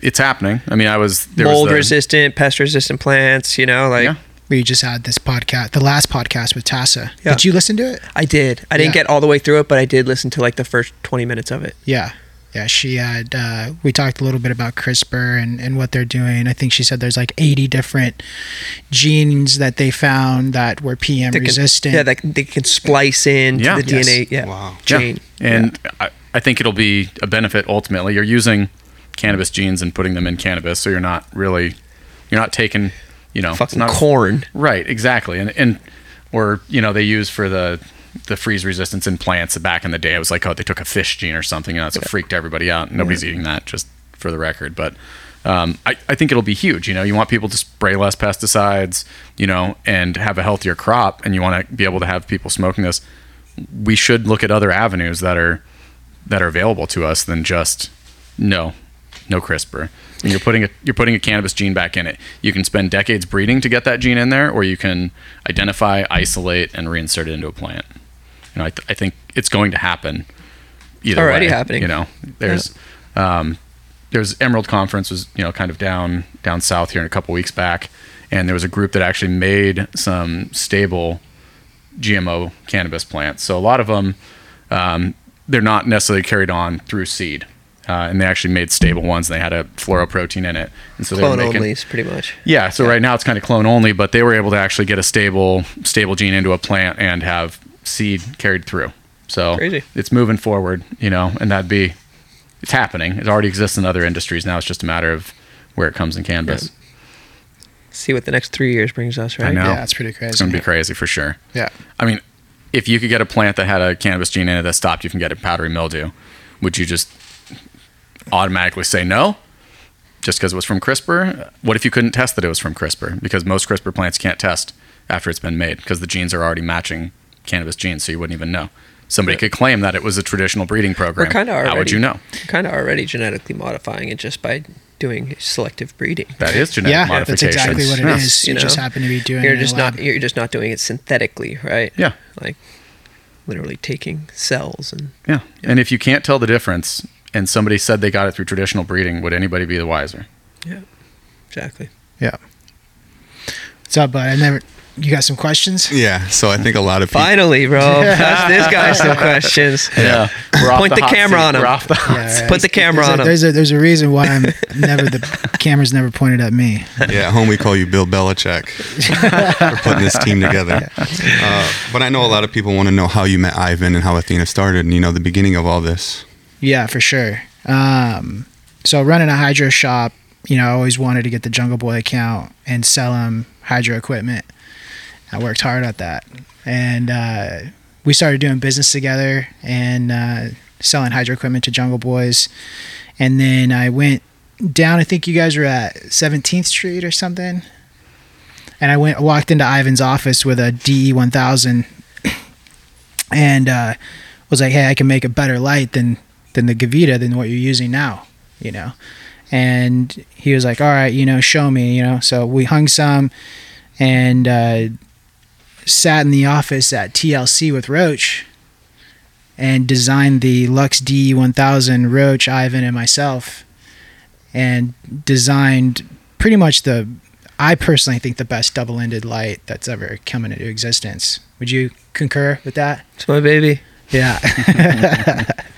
It's happening. I mean, I was there Mold was the- resistant, pest resistant plants. You know, like. Yeah. We just had this podcast, the last podcast with Tassa. Yeah. Did you listen to it? I did. I didn't Yeah. get all the way through it, but I did listen to like the first 20 minutes of it. Yeah. Yeah, she had. Uh, we talked a little bit about CRISPR and, and what they're doing. I think she said there's like 80 different genes that they found that were PM They can- resistant. yeah, they, can- they can splice in Yeah. to the Yes. DNA. Yeah. Wow. Yeah. Gene. And I, I think it'll be a benefit ultimately. You're using cannabis genes and putting them in cannabis, so you're not really you're not taking you know, Fucking corn. Right, exactly. And and or you know they use for the the freeze resistance in plants back in the day. It was like oh they took a fish gene or something, and that's what freaked everybody out. Nobody's eating that, just for the record. But um, I I think it'll be huge. You know, you want people to spray less pesticides, you know, and have a healthier crop, and you want to be able to have people smoking this. We should look at other avenues that are that are available to us than just no, no CRISPR. And you're putting a you're putting a cannabis gene back in it. You can spend decades breeding to get that gene in there, or you can identify, isolate, and reinsert it into a plant. You know, I, th- I think it's going to happen. Either Already way, happening. You know, there's um, there's Emerald Conference was you know kind of down down south here a couple weeks back, and there was a group that actually made some stable GMO cannabis plants. So a lot of them, um, they're not necessarily carried on through seed, uh, and they actually made stable ones. And they had a fluoroprotein in it, and so they were Clone making. only is pretty much. Yeah, so right now it's kind of clone only, but they were able to actually get a stable stable gene into a plant and have seed carried through. So Crazy. it's moving forward, you know, and that'd be it's happening. It already exists in other industries. Now it's just a matter of where it comes in cannabis. See what the next three years brings us, right? I know. Yeah, it's pretty crazy. It's gonna be crazy for sure. yeah. I mean, if you could get a plant that had a cannabis gene in it that stopped you from getting powdery mildew, would you just automatically say no? Just because it was from CRISPR? What if you couldn't test that it was from CRISPR? Because most CRISPR plants can't test after it's been made because the genes are already matching cannabis genes, so you wouldn't even know. Somebody could claim that it was a traditional breeding program. We're kind of already. How would you know? Kind of already genetically modifying it just by doing selective breeding. That is genetic Yeah, that's modification. exactly what it Yeah. is. You, You just know, happen to be doing You're it. just a lot. not. You're just not doing it synthetically, right? Yeah. Like literally taking cells and Yeah. And if you can't tell the difference and somebody said they got it through traditional breeding, would anybody be the wiser? exactly. Yeah. What's up, bud? I never. You got some questions? Yeah. So I think a lot of people. Finally, bro. Ask this guy some questions. Yeah. We're off Point the hot camera seat. on him. We're off the hot Yeah, right. Put the camera there's on a, him. There's a there's a reason why I'm never the camera's never pointed at me. Yeah, at home we call you Bill Belichick for putting this team together. Uh, but I know a lot of people want to know how you met Ivan and how Athena started, and you know the beginning of all this. Yeah, for sure. Um, so running a hydro shop, you know, I always wanted to get the Jungle Boy account and sell him hydro equipment. I worked hard at that, and uh, we started doing business together and uh, selling hydro equipment to Jungle Boys. And then I went down. I think you guys were at 17th Street or something. And I went walked into Ivan's office with a DE 1000, and uh, was like, "Hey, I can make a better light than than the Gavita than what you're using now," you know. And he was like, "All right, you know, show me," you know. So we hung some, and uh, sat in the office at TLC with Roach, and designed the Lux D1000 Roach, Ivan, and myself, and designed pretty much the. I personally think the best double-ended light that's ever come into existence. Would you concur with that? It's my baby. Yeah.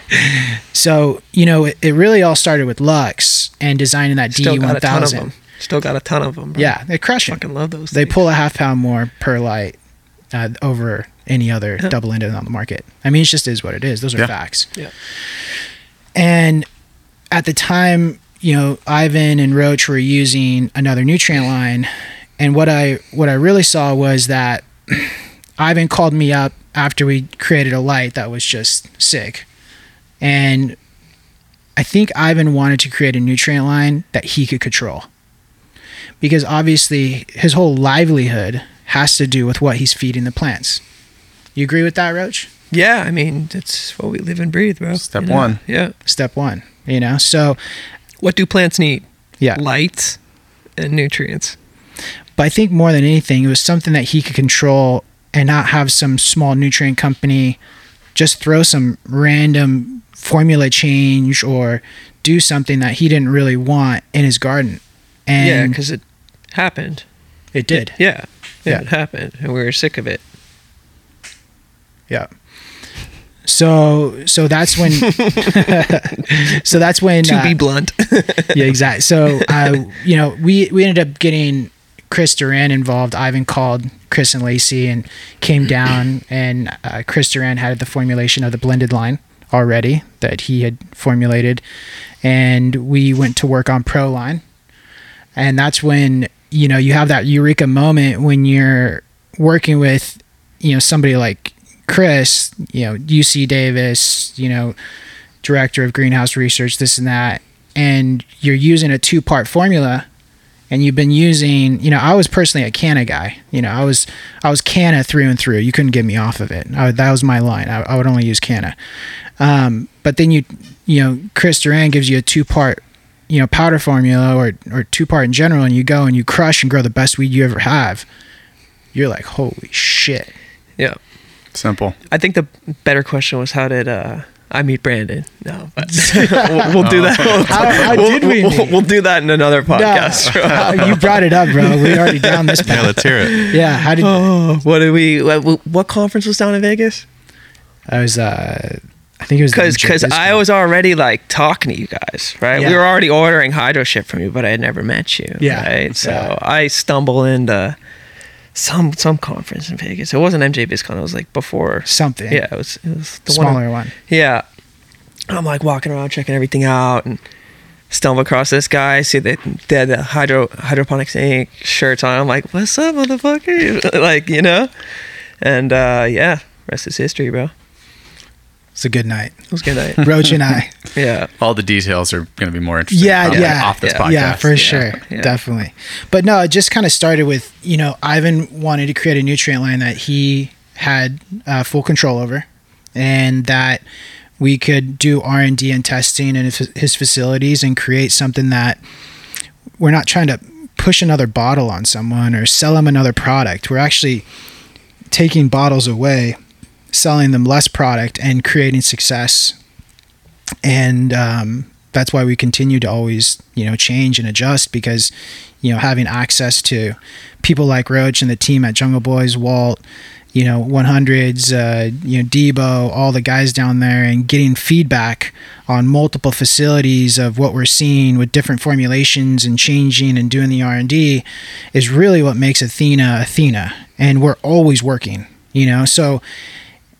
so you know, it, it really all started with Lux and designing that Still DE got one a ton of them. thousand. Still got a ton of them. Bro. Yeah, they crush it. Fucking love those. They things. pull a half pound more per light uh, over any other Yeah. double ended on the market. I mean, it just is what it is. Those are Yeah. facts. Yeah. And at the time, you know, Ivan and Roach were using another nutrient line, and what I what I really saw was that Ivan called me up after we created a light that was just sick, and I think Ivan wanted to create a nutrient line that he could control. Because obviously his whole livelihood has to do with what he's feeding the plants. You agree with that, Roach? Yeah, I mean that's what we live and breathe, bro. Step You know? one. Yeah. Step one. You know? So What do plants need? yeah. Light and nutrients. But I think more than anything, it was something that he could control and not have some small nutrient company just throw some random formula change or do something that he didn't really want in his garden. yeah, And because it happened. it did. Yeah. Yeah. It happened, and we were sick of it. Yeah. So so that's when so that's when To uh, be blunt, yeah exactly. So uh, you know we we ended up getting Chris Duran involved. Ivan called Chris and Lacey and came down and uh, Chris Duran had the formulation of the blended line already that he had formulated, and we went to work on Pro line, and that's when you know, you have that eureka moment when you're working with, you know, somebody like Chris, you know, UC Davis, you know, director of greenhouse research, this and that, and you're using a two part formula and you've been using you know i was personally a canna guy you know i was i was canna through and through you couldn't get me off of it I, that was my line i, I would only use canna um, but then you you know chris duran gives you a two part you know powder formula or or two part in general and you go and you crush and grow the best weed you ever have you're like holy shit Yeah. Simple. I think the better question was how did uh, I meet Brandon? No, but we'll, we'll do that. We'll, How- how we'll- did we we'll- meet? we'll do that in another Yeah. podcast. you brought it up bro we already down this Yeah, path let's hear it. yeah how did Oh, what did we? What, what conference was down in Vegas? i was uh i think it was the Because MJ Disco. I was already like talking to you guys, right? Yeah. We were already ordering hydro ship from you, but I had never met you. Yeah. Right? So Yeah. I stumble into some some conference in Vegas. It wasn't MJ BizCon. It was like before. something Yeah, it was, it was the one. smaller one Yeah. I'm like walking around checking everything out and stumble across this guy, see that they had the hydro hydroponics Inc. shirts on. I'm like, What's up, motherfucker? like, you know? And uh yeah, rest is history, bro. it's a good night It was a good night. roach and i yeah. All the details are going to be more interesting. yeah, probably yeah, Off this yeah, podcast. yeah, for Yeah, sure, yeah. definitely. But no, it just kind of started with you know Ivan wanted to create a nutrient line that he had uh, full control over, and that we could do R and D and testing in his his facilities and create something that we're not trying to push another bottle on someone or sell them another product. We're actually taking bottles away, selling them less product, and creating success and um, that's why we continue to always you know change and adjust because you know having access to people like Roach and the team at Jungle Boys, Walt, you know 100s, uh, you know Debo, all the guys down there, and getting feedback on multiple facilities of what we're seeing with different formulations and changing and doing the R and D is really what makes Athena Athena, and we're always working. You know, so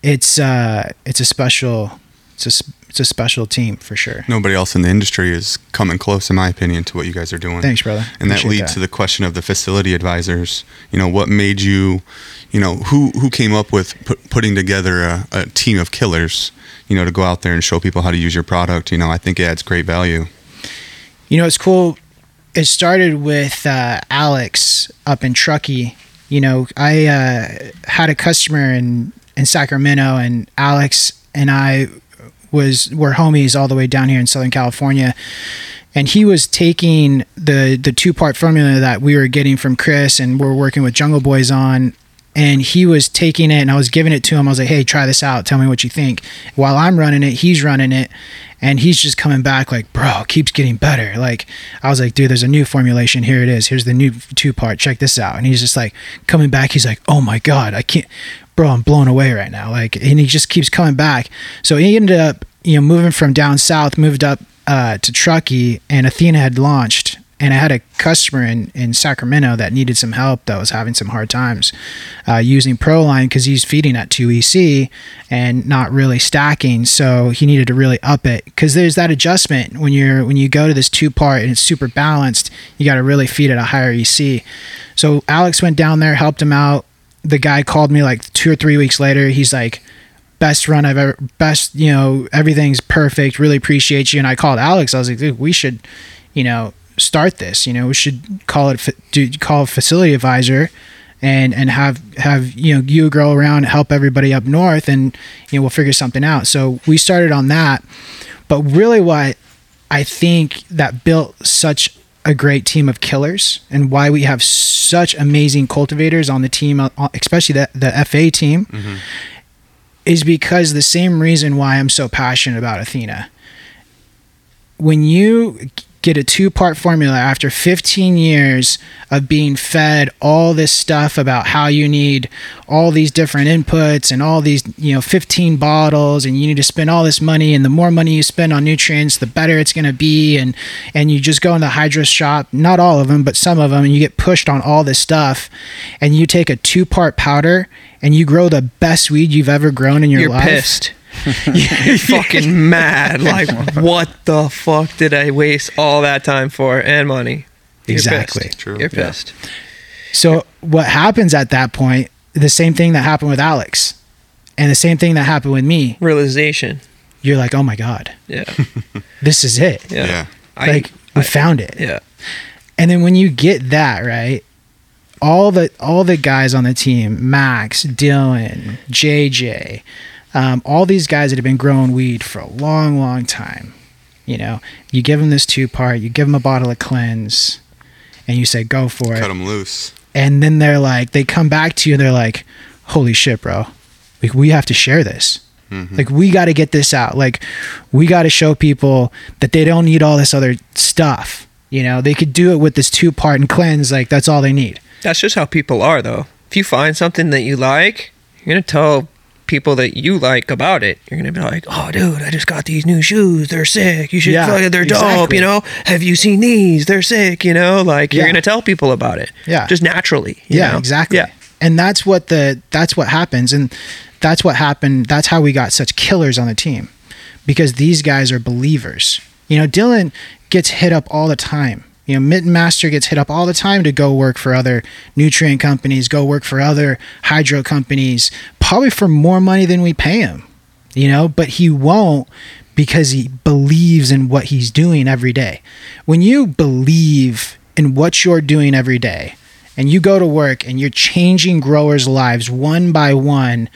it's uh, it's a special it's a s- it's a special team for sure. Nobody else in the industry is coming close, in my opinion, to what you guys are doing. Thanks, brother. and that Appreciate leads to the question of the facility advisors you know what made you you know who who came up with put, putting together a, a team of killers you know to go out there and show people how to use your product you know i think it adds great value You know, it's cool. It started with uh, Alex up in Truckee. You know, I uh, had a customer in in Sacramento, and Alex and I was were homies all the way down here in Southern California. And he was taking the the two part formula that we were getting from Chris, and we're working with Jungle Boys on. And he was taking it, and I was giving it to him. I was like, "Hey, try this out. Tell me what you think." While I'm running it, he's running it, and he's just coming back like bro it keeps getting better like i was like dude there's a new formulation here it is here's the new two part check this out and he's just like coming back he's like oh my god i can't bro i'm blown away right now like and he just keeps coming back so he ended up you know moving from down south moved up uh, to truckee and athena had launched and I had a customer in, in Sacramento that needed some help that was having some hard times uh, using Proline because he's feeding at 2EC and not really stacking. So he needed to really up it because there's that adjustment when you're when you go to this two part and it's super balanced. You got to really feed at a higher EC. So Alex went down there, helped him out. The guy called me like two or three weeks later. He's like, best run I've ever best you know everything's perfect really appreciate you and I called Alex I was like dude we should you know start this you know we should call it fa- do call facility advisor and and have have you know you girl around help everybody up north and you know we'll figure something out so we started on that but really what I think that built such a great team of killers and why we have such amazing cultivators on the team uh, especially the the FA team is because the same reason why I'm so passionate about Athena. When you get a two part formula after 15 years of being fed all this stuff about how you need all these different inputs and all these, you know, 15 bottles and you need to spend all this money and the more money you spend on nutrients, the better it's going to be. And, and you just go in the hydro shop, not all of them, but some of them, and you get pushed on all this stuff and you take a two part powder and you grow the best weed you've ever grown in your You're life. pissed. You're fucking mad. Like, what the fuck did I waste all that time for and money? exactly. True. You're Yeah. pissed. So what happens at that point? The same thing that happened with Alex, and the same thing that happened with me. Realization. You're like, oh my god, Yeah. this is it. Yeah. Yeah. I, like we found it. yeah. And then when you get that right, all the all the guys on the team, Max, Dylan, JJ, um, all these guys that have been growing weed for a long, long time. You know, you give them this two part, you give them a bottle of cleanse, and you say go for Cut it. them loose. And then they're like, they come back to you and they're like, holy shit, bro, like we have to share this. Like we got to get this out. Like we got to show people that they don't need all this other stuff. You know, they could do it with this two part and cleanse. Like that's all they need. That's just how people are, though. If you find something that you like, you're gonna tell people that you like about it. You're gonna be like, "Oh, dude, I just got these new shoes. They're sick. You should Yeah, fucking. They're dope. exactly. You know? Have you seen these? They're sick. You know? Like you're Yeah. gonna tell people about it. Yeah. Just naturally. you yeah, know? exactly. Yeah. And that's what the that's what happens, and that's what happened. That's how we got such killers on the team because these guys are believers. You know, Dylan gets hit up all the time. You know, Mitten Master gets hit up all the time to go work for other nutrient companies, go work for other hydro companies, probably for more money than we pay him. You know, but he won't because he believes in what he's doing every day. When you believe in what you're doing every day and you go to work and you're changing growers' lives one by one,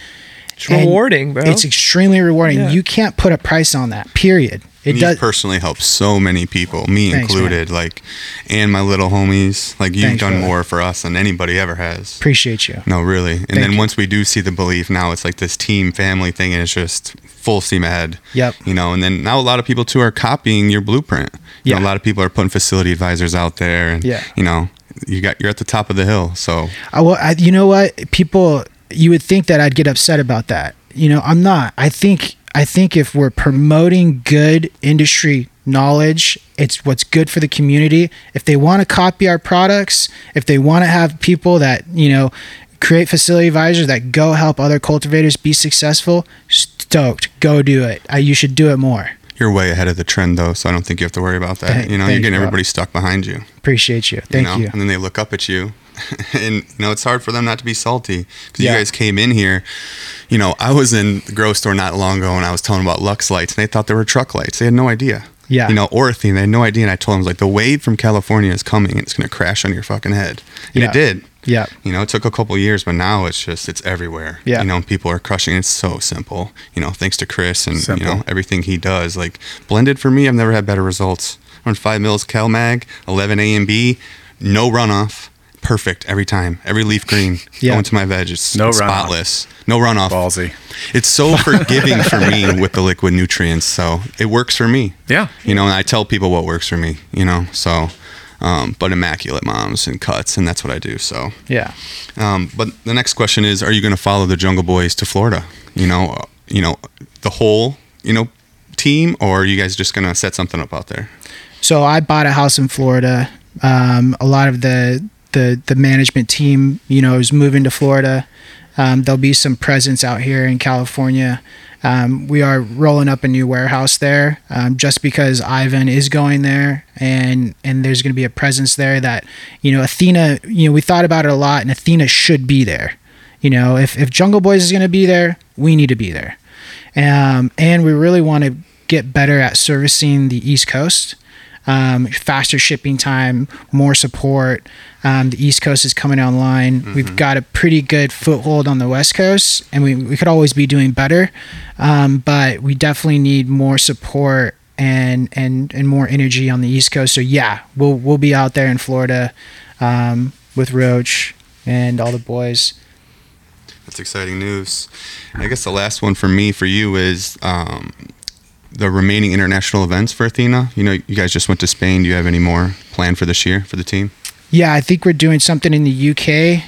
It's and rewarding, bro. It's extremely rewarding. Yeah. You can't put a price on that. Period. It It does. personally helped so many people, me Thanks, man. included, like, and my little homies. Like, you've Thanks, done brother. more for us than anybody ever has. appreciate you. No, really. And Thank then you. once we do see the belief, now it's like this team family thing, and it's just full steam ahead. Yep. You know, and then now a lot of people too are copying your blueprint. You know, Yeah. a lot of people are putting facility advisors out there, and Yeah. you know, you got you're at the top of the hill. So I will. I, you know what? People, you would think that I'd get upset about that. You know, I'm not. I think. I think if we're promoting good industry knowledge, it's what's good for the community. If they want to copy our products, if they want to have people that you know create facility advisors that go help other cultivators be successful, stoked. Go do it. I, you should do it more. you're way ahead of the trend, though. So I don't think you have to worry about that. Thank- you know, thank you're getting you, Rob. everybody stuck behind you. Appreciate you. Thank know? you. And then they look up at you, and you know it's hard for them not to be salty because Yeah. you guys came in here. You know, I was in the grow store not long ago, and I was telling them about Lux lights, and they thought they were truck lights. They had no idea. Yeah. You know, Orathene, they had no idea. And I told them, like, the wave from California is coming and it's going to crash on your fucking head. And Yeah. it did. Yeah. You know, it took a couple years, but now it's just, it's everywhere. Yeah. You know, and people are crushing. it. It's so simple. You know, thanks to Chris and, Simple. you know, everything he does. Like, blended for me, I've never had better results. I run five mils CalMag, 11 A and B, no runoff. Perfect every time. Every leaf green Yeah. going to my veg. It's No it's runoff. spotless. No runoff. Ballsy. It's so forgiving for me with the liquid nutrients. So it works for me. Yeah. You know, and I tell people what works for me, you know, so, um, but immaculate moms and cuts, and that's what I do. So, Yeah. um, but the next question is, are you going to follow the Jungle Boys to Florida? You know, uh, you know, the whole, you know, team, or are you guys just going to set something up out there? So I bought a house in Florida. Um, a lot of the, the the management team, you know, is moving to Florida. Um, there'll be some presence out here in California. Um, we are rolling up a new warehouse there, um, just because Ivan is going there, and and there's going to be a presence there that, you know, Athena. You know, we thought about it a lot, and Athena should be there. You know, if if Jungle Boys is going to be there, we need to be there, um, and we really want to get better at servicing the East Coast um, faster shipping time, more support. Um, the East Coast is coming online. We've got a pretty good foothold on the West Coast, and we, we could always be doing better. Um, but we definitely need more support and and and more energy on the East Coast. So yeah, we'll we'll be out there in Florida um, with Roach and all the boys. That's exciting news. I guess the last one for me, for you, is um, the remaining international events for Athena. You know, you guys just went to Spain. Do you have any more planned for this year for the team? Yeah, I think we're doing something in the UK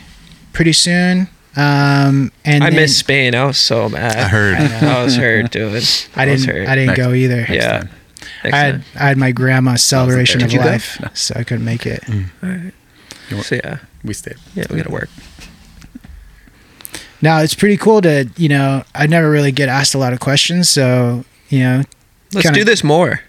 pretty soon. Um, and I then- miss Spain. I was so mad. I heard. I was hurt, dude. I was didn't. hurt. I didn't Next- go either. yeah. Next I time. had, I had my grandma's celebration there. of Did you go? life, so I couldn't make it. So yeah, We stayed. yeah, we gotta work. Now it's pretty cool to you know I never really get asked a lot of questions, so you know Let's Kinda- do this more.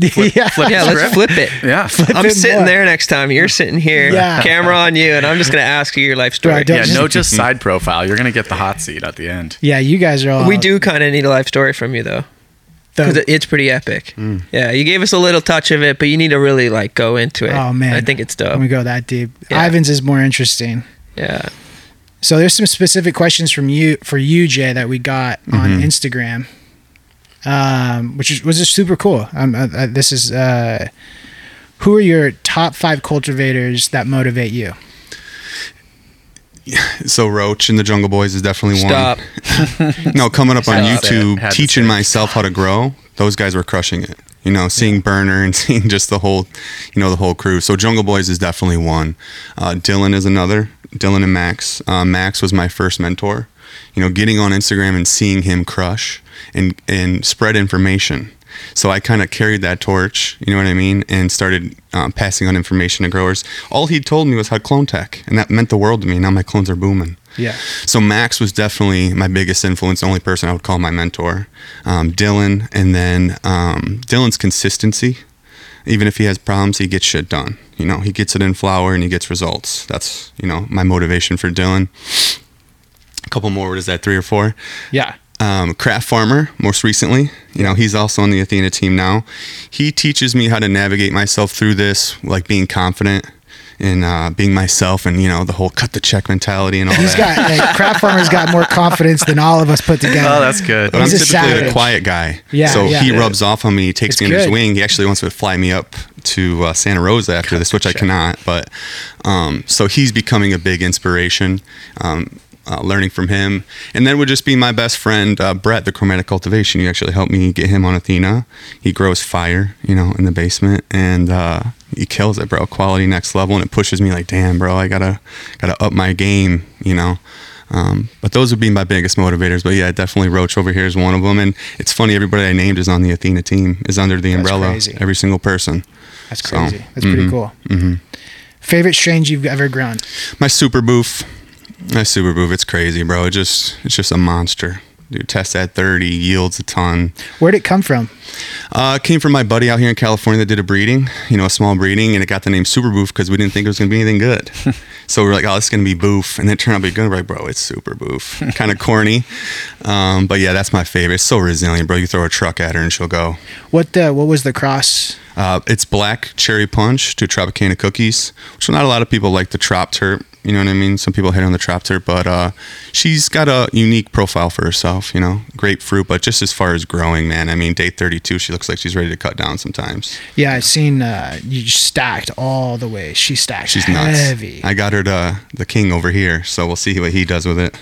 yeah. yeah, let's flip it. Yeah. I'm it sitting more. there next time. You're sitting here. Yeah. Camera on you, and I'm just gonna ask you your life story. Right, don't- Yeah, no, just side profile. You're gonna get the hot seat at the end. Yeah, you guys are all. We do kind of need a life story from you though, Uh, the- because it's pretty epic. Mm. Yeah, you gave us a little touch of it, but you need to really like go into it. oh man, I think it's When we dope. go that deep, Yeah. Ivan's is more interesting. Yeah, So there's some specific questions from you for you, Jay, that we got on Instagram, um, which is, was just super cool. Um, uh, uh, this is uh, who are your top five cultivators that motivate you? So Roach and the Jungle Boys is definitely stop. one. No, coming up on Had to say it. Had YouTube, to teaching say it. myself how to grow. Those guys were crushing it. You know, seeing Burner and seeing just the whole, you know, the whole crew. So Jungle Boys is definitely one. Uh, Dylan is another. Dylan and Max. Uh, Max was my first mentor. You know, getting on Instagram and seeing him crush and and spread information. So I kind of carried that torch, you know what I mean, and started um, passing on information to growers. All he told me was how clone tech, and that meant the world to me. Now my clones are booming. Yeah. So Max was definitely my biggest influence, the only person I would call my mentor. Um, Dylan, and then um, Dylan's consistency. Even if he has problems, he gets shit done. You know, he gets it in flower and he gets results. That's you know my motivation for Dylan. A couple more. What is that? Three or four? Yeah. um, Kraft Farmer most recently. You know, he's also on the Athena team now. He teaches me how to navigate myself through this, like being confident and uh, being myself and, you know, the whole cut the check mentality and all He's that. got like, crap farmer's got more confidence than all of us put together. Oh, that's good. but I'm he's a typically savage. a quiet guy. Yeah, so yeah. he rubs off on me. He takes It's me under good. his wing. He actually wants to fly me up to uh, Santa Rosa after this, which I cannot. But um, so he's becoming a big inspiration. Um, uh, learning from him, and then would just be my best friend uh, Brett, the Chromatic Cultivation. You actually helped me get him on Athena. He grows fire, you know, in the basement, and uh, he kills it, bro. Quality next level, and it pushes me like, damn, bro, I gotta gotta up my game, you know. Um, but those would be my biggest motivators. But yeah, definitely Roach over here is one of them. And it's funny, everybody I named is on the Athena team, is under the umbrella. crazy. Every single person. That's So, crazy. That's pretty cool. Favorite strange you've ever grown? My super boof, my super boof, it's crazy, bro. It just, it's just a monster. Dude, test at 30, yields a ton. Where'd it come from? Uh, it came from my buddy out here in California that did a breeding, you know, a small breeding, and it got the name Super Boof because we didn't think it was going to be anything good. so we were like, oh, this is going to be Boof. And then it turned out to be good. We're like, bro, it's Super Boof. kind of corny. Um, but yeah, that's my favorite. It's so resilient, bro. You throw a truck at her and she'll go. What the, what was the cross? Uh, it's black cherry punch to Tropicana cookies, which not a lot of people like the Trop Terp. You know what I mean? Some people hate on the Trop Terp, but uh, she's got a unique profile for herself, you know, grapefruit, but just as far as growing, man. I mean, day 32, she looks like she's ready to cut down sometimes. Yeah, I've seen uh, you stacked all the way. She stacked. She's nuts. heavy. I got her to the king over here, so we'll see what he does with it.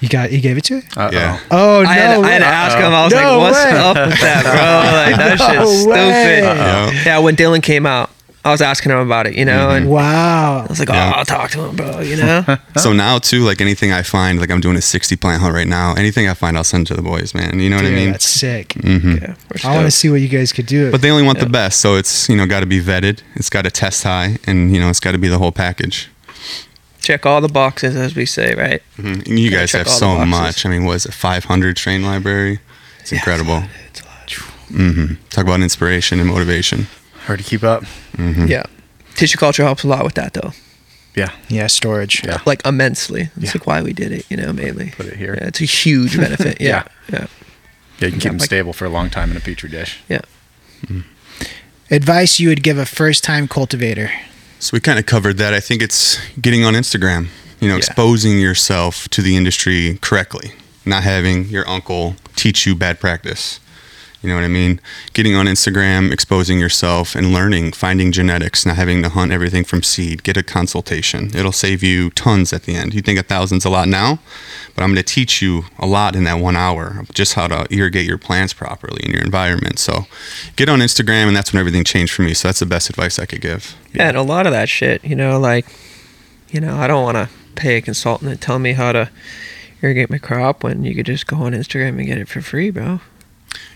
You got. You gave it to her. Uh-oh. Yeah. Oh no! I, had, I had to way. ask him. I was No like, "What's way. up with that, bro? Like that No shit's way. stupid." Uh-oh. Yeah, when Dylan came out, I was asking him about it, you know, and wow. I was like, "Oh, Mm-hmm. Yeah. I'll talk to him, bro," you know. So now too, like anything I find, like I'm doing a 60 plant hunt right now. Anything I find, I'll send to the boys, man. You know what Dude, I mean? that's sick. Mm-hmm. yeah, we're I want to stoked. see what you guys could do. But they only want the best, so it's you know got to be vetted. It's got to test high, and you know it's got to be the whole package. check all the boxes, as we say, right? Mm-hmm. And you Gotta guys check have all the so boxes. much. I mean, what is it 500 train library? It's incredible. Mm-hmm. It's a lot. Talk about inspiration and motivation. Hard to keep up. Hmm. Yeah, tissue culture helps a lot with that, though. Yeah. yeah, storage. Yeah. Like immensely. That's like why we did it, you know, mainly. Put it here. Yeah, it's a huge benefit. Yeah, yeah, Yeah, you can keep them Like- stable for a long time in a petri dish. yeah. Advice you would give a first-time cultivator? So we kind of covered that. I think it's getting on Instagram, you know, exposing yourself to the industry correctly, not having your uncle teach you bad practice. You know what I mean? Getting on Instagram, exposing yourself and learning, finding genetics, not having to hunt everything from seed. Get a consultation. It'll save you tons at the end. You think a thousand's a lot now, but I'm going to teach you a lot in that one hour of just how to irrigate your plants properly in your environment. So get on Instagram, and that's when everything changed for me. So that's the best advice I could give. Yeah, and a lot of that shit, you know, like, you know, I don't want to pay a consultant to tell me how to irrigate my crop when you could just go on Instagram and get it for free, bro.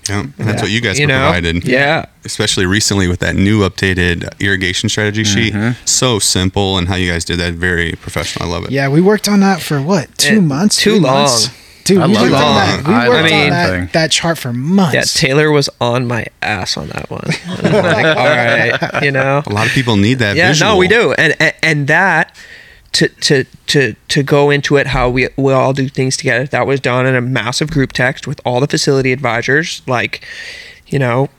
Yeah, and that's Yeah. what you guys You were know? provided. Yeah. especially recently with that new updated irrigation strategy Mm-hmm. sheet. So simple, and how you guys did that very professional. I love it. Yeah, we worked on that for what two It- months? Too three long. months? Dude, I we love worked on that. that. We I worked love on that thing. that, that chart for Yeah, months. Taylor was on my ass on that one. And I'm like, all right, you know. A lot of people need that. Yeah, visual. no, we do, and, and and that to to to to go into it how we we all do things together. That was done in a massive group text with all the facility advisors. Like, you know,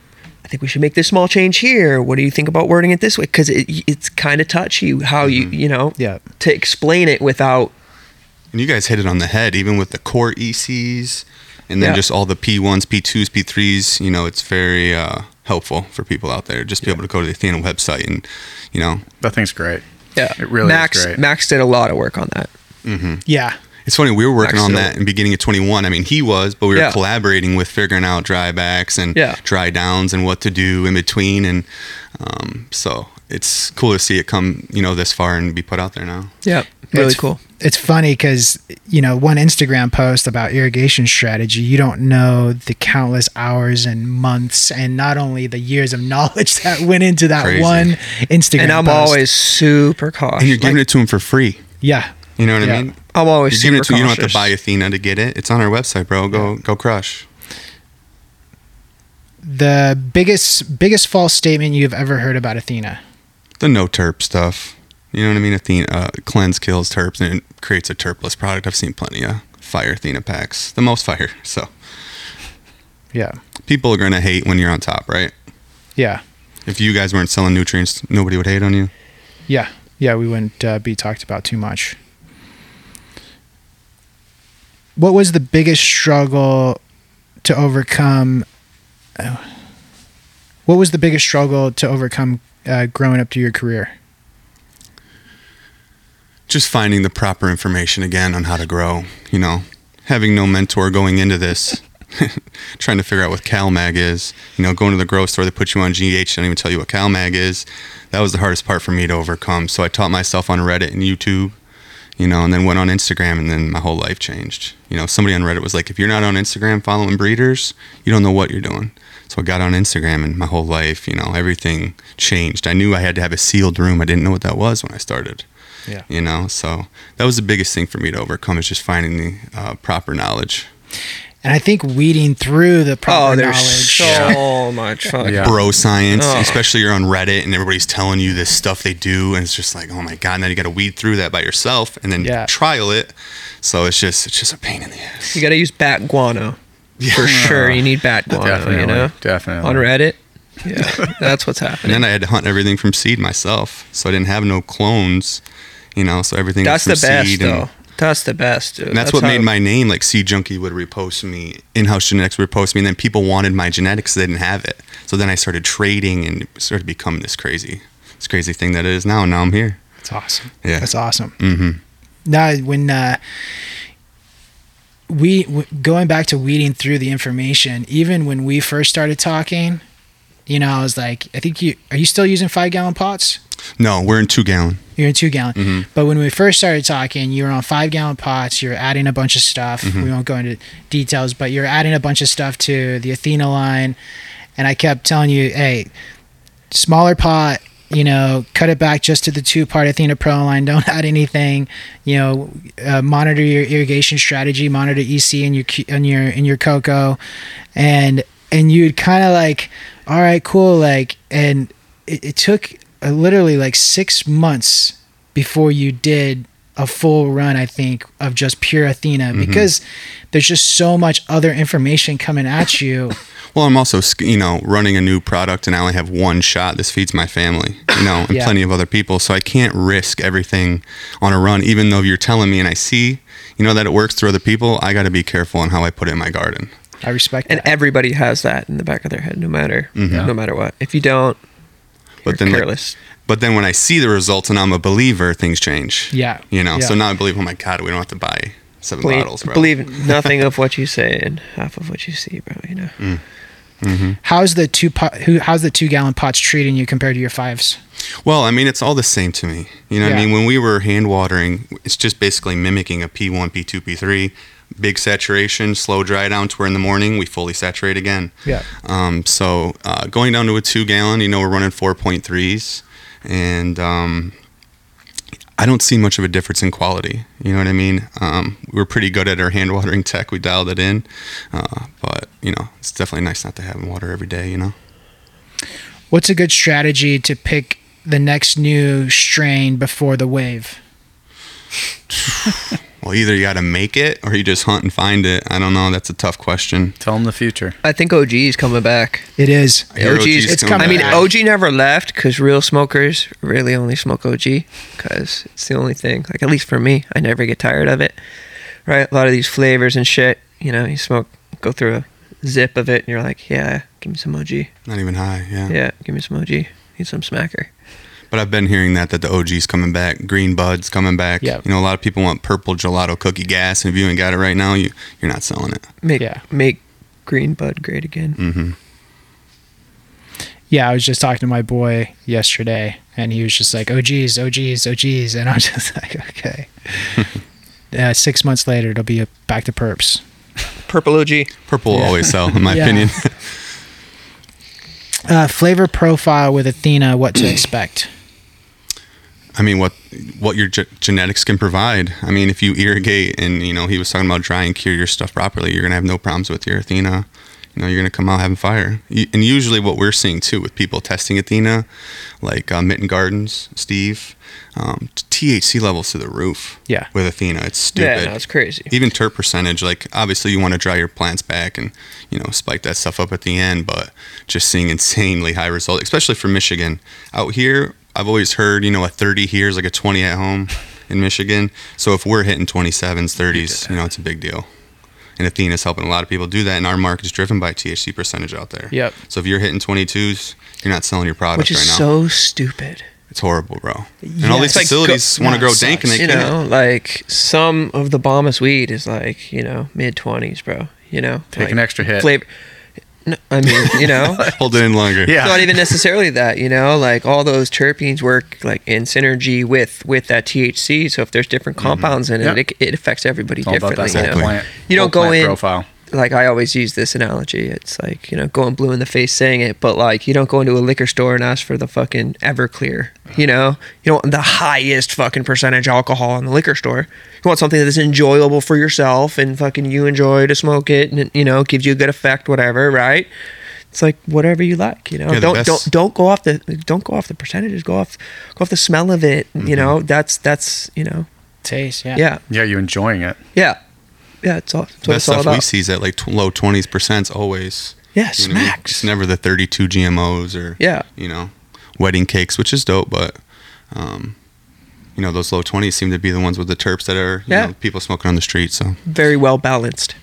I think we should make this small change here. What do you think about wording it this way? Because it, it's kind of touchy how you Mm-hmm. you know Yeah. to explain it without And you guys hit it on the head, even with the core ECs, and then Yeah. just all the P1s, P2s, P3s. You know, it's very uh, helpful for people out there just be able to go to the Athena website and, you know, That thing's great. yeah. It really is Max great. Max did a lot of work on that. yeah. It's funny we were working on Excellent. that in beginning of 21. I mean, he was, but we were Yeah. collaborating with figuring out drybacks and Yeah. dry downs and what to do in between, and um, so it's cool to see it come, you know, this far and be put out there now. Yeah, really It's- cool. It's funny because you know one Instagram post about irrigation strategy, you don't know the countless hours and months, and not only the years of knowledge that went into that Crazy. one Instagram. And I'm post. always super And you're cautious. giving Like, it to him for free. yeah, You know what Yeah. I mean? I'm You're always giving it to. super You don't have cautious. to buy Athena to get it. It's on our website, bro. Go go crush. the biggest biggest false statement you've ever heard about Athena. The no terp stuff. You know what I mean? Athena uh, cleanse kills terps and it creates a terpless product. I've seen plenty of fire Athena packs. The most fire. So Yeah, people are gonna hate when you're on top, right? yeah, If you guys weren't selling nutrients, nobody would hate on you. yeah, yeah. We wouldn't uh, be talked about too much. What was the biggest struggle to overcome? oh. What was the biggest struggle to overcome uh, growing up to your career? Just finding the proper information again on how to grow, you know, having no mentor going into this, trying to figure out what CalMag is, you know, going to the grocery store, they put you on GH, they don't even tell you what CalMag is. That was the hardest part for me to overcome. So I taught myself on Reddit and YouTube, you know, and then went on Instagram, and then my whole life changed. You know, somebody on Reddit was like, if you're not on Instagram following breeders, you don't know what you're doing. So I got on Instagram, and my whole life, you know, everything changed. I knew I had to have a sealed room. I didn't know what that was when I started. Yeah. You know, so that was the biggest thing for me to overcome is just finding the uh, proper knowledge. And I think weeding through the proper Oh, there's knowledge. so much fucking Yeah. Bro science, especially you're on Reddit and everybody's telling you this stuff they do, and it's just like, oh my god! And then you got to weed through that by yourself, and then Yeah. trial it. So it's just it's just a pain in the ass. You got to use bat guano. For sure, you need bat guano, Definitely, you know? definitely. On Reddit. Yeah, that's what's And happening. then I had to hunt everything from seed myself, so I didn't have no clones. You know, so everything That's the was from best, seed and- though. That's the best, dude. And that's, what how- made my name. Like Seed Junkie would repost me, in-house genetics would repost me, and then people wanted my genetics. They didn't have it, so then I started trading and it started to become this crazy, this crazy thing that it is now. And now I'm here. That's awesome. Yeah. That's awesome. Mm-hmm. Now, when uh, we w- going back to weeding through the information, even when we first started talking, you know, I was like, I think you are you still using five gallon pots? No, we're in two gallon. You're in two gallon. But when we first started talking, you were on five gallon pots. You're adding a bunch of stuff. We won't go into details, but you're adding a bunch of stuff to the Athena line. And I kept telling you, hey, smaller pot, you know, cut it back just to the two part Athena Pro line. Don't add anything. You know, uh, monitor your irrigation strategy, monitor EC in your cu- in your in your cocoa, and and you'd kind of like, all right, cool, like, and it, it took uh, literally like six months before you did a full run i think of just pure athena because there's just so much other information coming at you Well, I'm also sc- you know running a new product, and I only have one shot. This feeds my family, you know, and Yeah. plenty of other people. So I can't risk everything on a run, even though you're telling me and I see, you know, that it works through other people. I got to be careful on how I put it in my garden. i respect And that everybody has that in the back of their head, no matter, no matter what. If you don't, Mm-hmm. But you're then, like, careless. But then when I see the results and I'm a believer, things change. Yeah. You know, Yeah. so now I believe, oh my God, we don't have to buy seven bottles, bro. believe, believe nothing of what you say and half of what you see, bro. You know, Mm. how's the two pot who how's the two gallon pots treating you compared to your fives Well, I mean, it's all the same to me. You know what Yeah. I mean? When we were hand watering, it's just basically mimicking a P1, P2, P3, big saturation, slow dry down to where in the morning we fully saturate again. Yeah. Um, so uh, going down to a two gallon, you know, we're running 4.3s. And um, I don't see much of a difference in quality. You know what I mean? Um, we were pretty good at our hand watering tech. We dialed it in, uh, but you know, it's definitely nice not to have water every day. You know. What's a good strategy to pick the next new strain before the wave? Well, either you got to make it or you just hunt and find it. I don't know. That's a tough question. Tell them the future. I think OG is coming back. It is. I hear OG's it's coming coming I mean, back. OG never left because real smokers really only smoke OG because it's the only thing. Like at least for me, I never get tired of it. Right, a lot of these flavors and shit. You know, you smoke, go through a zip of it, and you're like, yeah, give me some OG. not even high. Yeah. Yeah, give me some OG. Need some smacker. But I've been hearing that that the OG's coming back, green buds coming back. Yeah. You know, a lot of people want purple gelato cookie gas, and if you ain't got it right now, you you're not selling it. Make Yeah. make green bud great again. Mm-hmm. Yeah, I was just talking to my boy yesterday, and he was just like, "Oh geez, oh geez, oh geez," and I was just like, "Okay." uh, six months later, it'll be back to perps. Purple OG. Purple will always sell, in my Yeah. opinion. Uh, flavor profile with Athena. What to expect? I mean, what what your ge- genetics can provide. I mean, if you irrigate and you know he was talking about dry and cure your stuff properly, you're gonna have no problems with your Athena. You know, you're gonna come out having fire. Y- And usually, what we're seeing too with people testing Athena, like uh, Mitten Gardens, Steve, um, THC levels to the roof. Yeah. with Athena, it's stupid. Yeah, no, it's crazy. even terp percentage like obviously you want to dry your plants back and you know spike that stuff up at the end but just seeing insanely high results especially for michigan out here i've always heard you know a 30 here is like a 20 at home in michigan so if we're hitting 27s 30s you know it's a big deal and athena's helping a lot of people do that and our market is driven by thc percentage out there Yep. so if you're hitting 22s you're not selling your product Which is right now so stupid. it's horrible bro and all these Yes. It's like go- facilities want no, to grow it dank and sucks. they you can't know, like some of the bombest weed is like you know mid twenties, bro. You know, Take like, an extra hit. Flavor. No, I mean, you know, it's hold it in longer Yeah. not even necessarily that. You know, like all those terpenes work like in synergy with with that THC. So if there's different compounds in it, Yeah. it, it affects everybody Mm-hmm. It's all about differently. that You whole know, You plant. whole don't go plant in- profile. like I always use this analogy. It's like you know, going blue in the face saying it, but like you don't go into a liquor store and ask for the fucking Everclear. You know, you don't want the highest fucking percentage alcohol in the liquor store. You want something that is enjoyable for yourself and fucking you enjoy to smoke it, and you know, gives you a good effect, whatever, right? It's like whatever you like, you know. Yeah, the don't best- don't don't go off the don't go off the percentages. Go off go off the smell of it. Mm-hmm. You know, that's that's you know, Taste. Yeah. yeah, Yeah, you enjoying it. yeah, yeah. It's all that's what best it's all stuff we about. see is at like tw low 20s percents always. Yeah, You know what I mean? smacks. It's never the 32 GMOs or, Yeah. you know, wedding cakes, which is dope, but, um, you know, those low 20s seem to be the ones with the terps that are, you Yeah. know, people smoking on the street. So Very well balanced.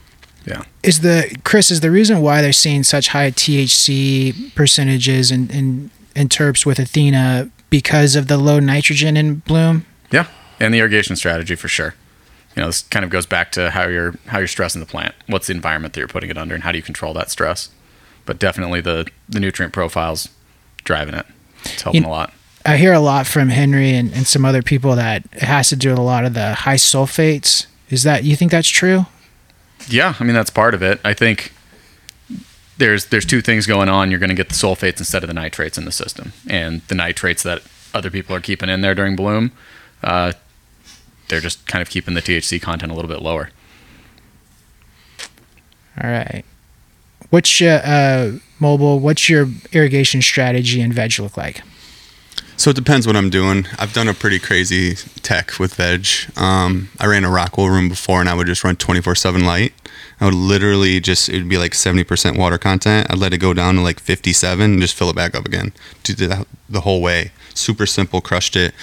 Is the Chris? Is the reason why they're seeing such high THC percentages and and and terps with Athena because of the low nitrogen in bloom? Yeah, and the irrigation strategy for sure. You know, this kind of goes back to how you're how you're stressing the plant. What's the environment that you're putting it under, and how do you control that stress? But definitely the the nutrient profiles driving it. It's helping You- a lot. I hear a lot from Henry and, and some other people that it has to do with a lot of the high sulfates. Is that you think that's true? Yeah, I mean that's part of it. I think there's there's two things going on. You're going to get the sulfates instead of the nitrates in the system, and the nitrates that other people are keeping in there during bloom, uh, they're just kind of keeping the THC content a little bit lower. All right. What's your uh, mobile? What's your irrigation strategy and veg look like? So it depends what I'm doing. I've done a pretty crazy tech with veg. Um, I ran a Rockwell room before, and I would just run 24/7 light. I would literally just it would be like 70% water content. I'd let it go down to like 57 and just fill it back up again. Do that the whole way. Super simple. Crushed it.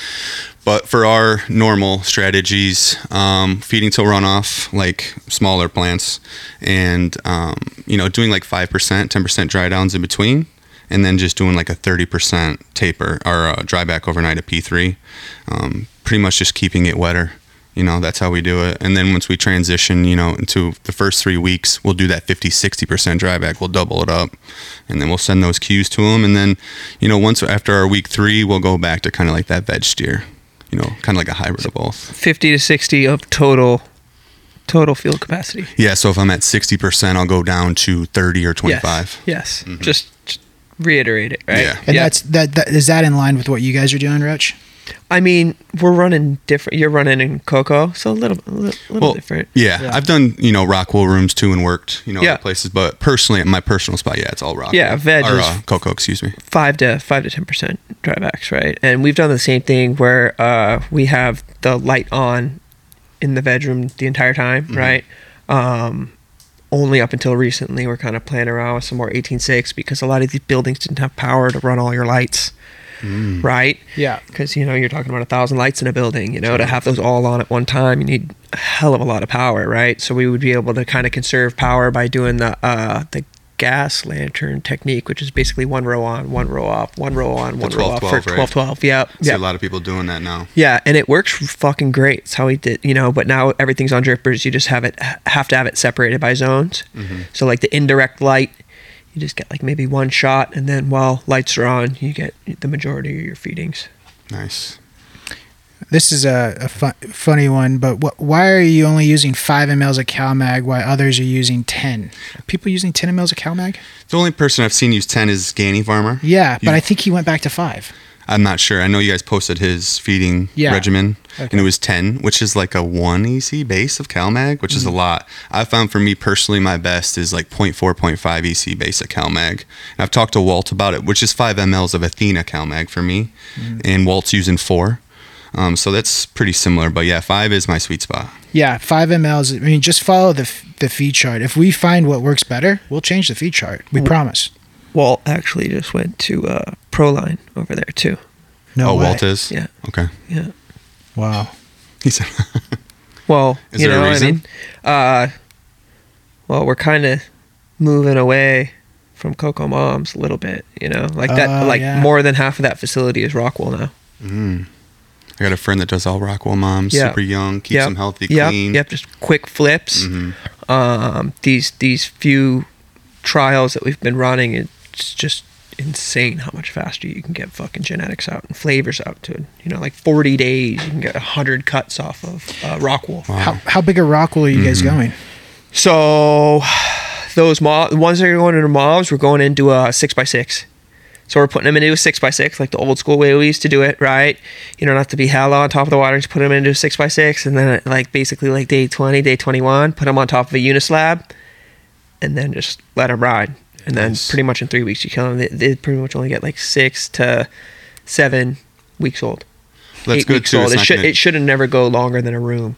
But for our normal strategies, um, feeding to runoff, like smaller plants, and um, you know, doing like five percent, ten percent dry downs in between, and then just doing like a thirty percent taper or uh, dry back overnight at P three. Um, pretty much just keeping it wetter. You know, that's how we do it. And then once we transition, you know, into the first three weeks, we'll do that 50, 60% dry back. We'll double it up and then we'll send those cues to them. And then, you know, once after our week three, we'll go back to kind of like that veg steer, you know, kind of like a hybrid of both. 50 to 60 of total total field capacity. Yeah. So if I'm at 60%, I'll go down to 30 or 25. Yes. yes. Just, just reiterate it, right? Yeah. And that's that, that is that in line with what you guys are doing, Roach? I mean, we're running different. You're running in cocoa, so a little, a little, little different. Yeah, Yeah. I've done you know Rockwell rooms too and worked you know Yeah. other places, but personally at my personal spot, yeah, it's all Rockwell. Yeah, veg or is- uh, cocoa, excuse me. five to five to ten percent drawbacks, right? And we've done the same thing where uh, we have the light on in the bedroom the entire time, right? Um, only up until recently, we're kind of playing around with some more eighteen six because a lot of these buildings didn't have power to run all your lights, right? Yeah. because you know you're talking about a thousand lights in a building you know to have those all on at one time you need a hell of a lot of power right so we would be able to kind of conserve power by doing the uh the gas lantern technique which is basically one row on one row off one row on one row off for 12-12, right? 12 12 yep See a yep. lot of people doing that now. yeah and it works fucking great it's how we did you know but now everything's on drippers you just have it have to have it separated by zones so like the indirect light you just get like maybe one shot and then while lights are on you get the majority of your feedings Nice. This is a, a fu- funny one, but wh- why are you only using five mLs of CalMag while others are using 10? Are people using 10 mLs of CalMag? The only person I've seen use ten is Ganey Farmer. Yeah, but You- I think he went back to five. I'm not sure. I know you guys posted his feeding Yeah. regimen, Okay. and it was 10, which is like a 1 EC base of CalMag, which is Mm-hmm. a lot. I found for me personally, my best is like 0.4, 0.5 EC E base of CalMag. And I've talked to Walt about it, which is 5 mLs of Athena CalMag for me, Mm-hmm. and Walt's using 4. Um, so that's pretty similar. But yeah, 5 is my sweet spot. Yeah, five mLs. I mean, just follow the f- the feed chart. If we find what works better, we'll change the feed chart. We promise. Walt actually just went to uh, Proline over there too. No oh, way. Walt is? Yeah. Okay. Yeah. Wow. He said, Well, Is you there a know, I reason? mean, uh, well, we're kind of moving away from Coco Moms a little bit. You know, like that. Oh, like yeah. more than half of that facility is Rockwell now. I got a friend that does all Rockwell moms, Yeah. super young, keeps them healthy, Yep. clean. Mm-hmm. Yep. Just quick flips. Um, these these few trials that we've been running, it's just insane how much faster you can get fucking genetics out and flavors out to you know like 40 days you can get 100 cuts off of uh, rockwell How, how big a rock will you guys Mm-hmm. going? So those mo- the ones that are going into mobs, we're going into a six by six. So we're putting them into a six by six, like the old school way we used to do it, right? You know, not to be hella on top of the water, just put them into a six by six, and then like basically like day twenty, day twenty one, put them on top of a unislab, and then just let them ride. And then Nice. pretty much in three weeks, you kill them. They, they pretty much only get like six to seven weeks old That's eight good weeks too. old. It's It not should gonna- it shouldn't never go longer than a room.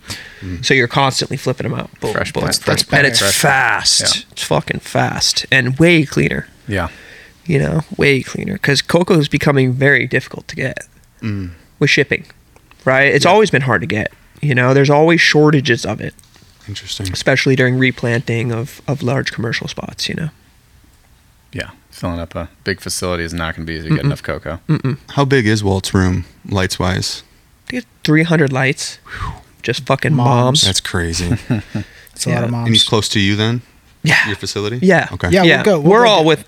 So you're constantly flipping them out. Boom, Fresh boom, plant, boom. fresh plant, and Mm-hmm. it's fresh fast. plant. It's fucking fast and way cleaner. Yeah. You know, way cleaner because cocoa is becoming very difficult to get with shipping. Right? It's always been hard to get. You know, there's always shortages of it, Interesting. especially during replanting of of large commercial spots. You know, Yeah. Filling up a big facility is not going to be easy to get enough cocoa. How big is Walt's room, lights wise? they get 300 lights, just fucking Moms. moms. That's crazy. It's a lot of Yeah. moms. and he's close to you then, yeah, your facility. Yeah. Okay. Yeah. we'll go- we'll are go all get- with.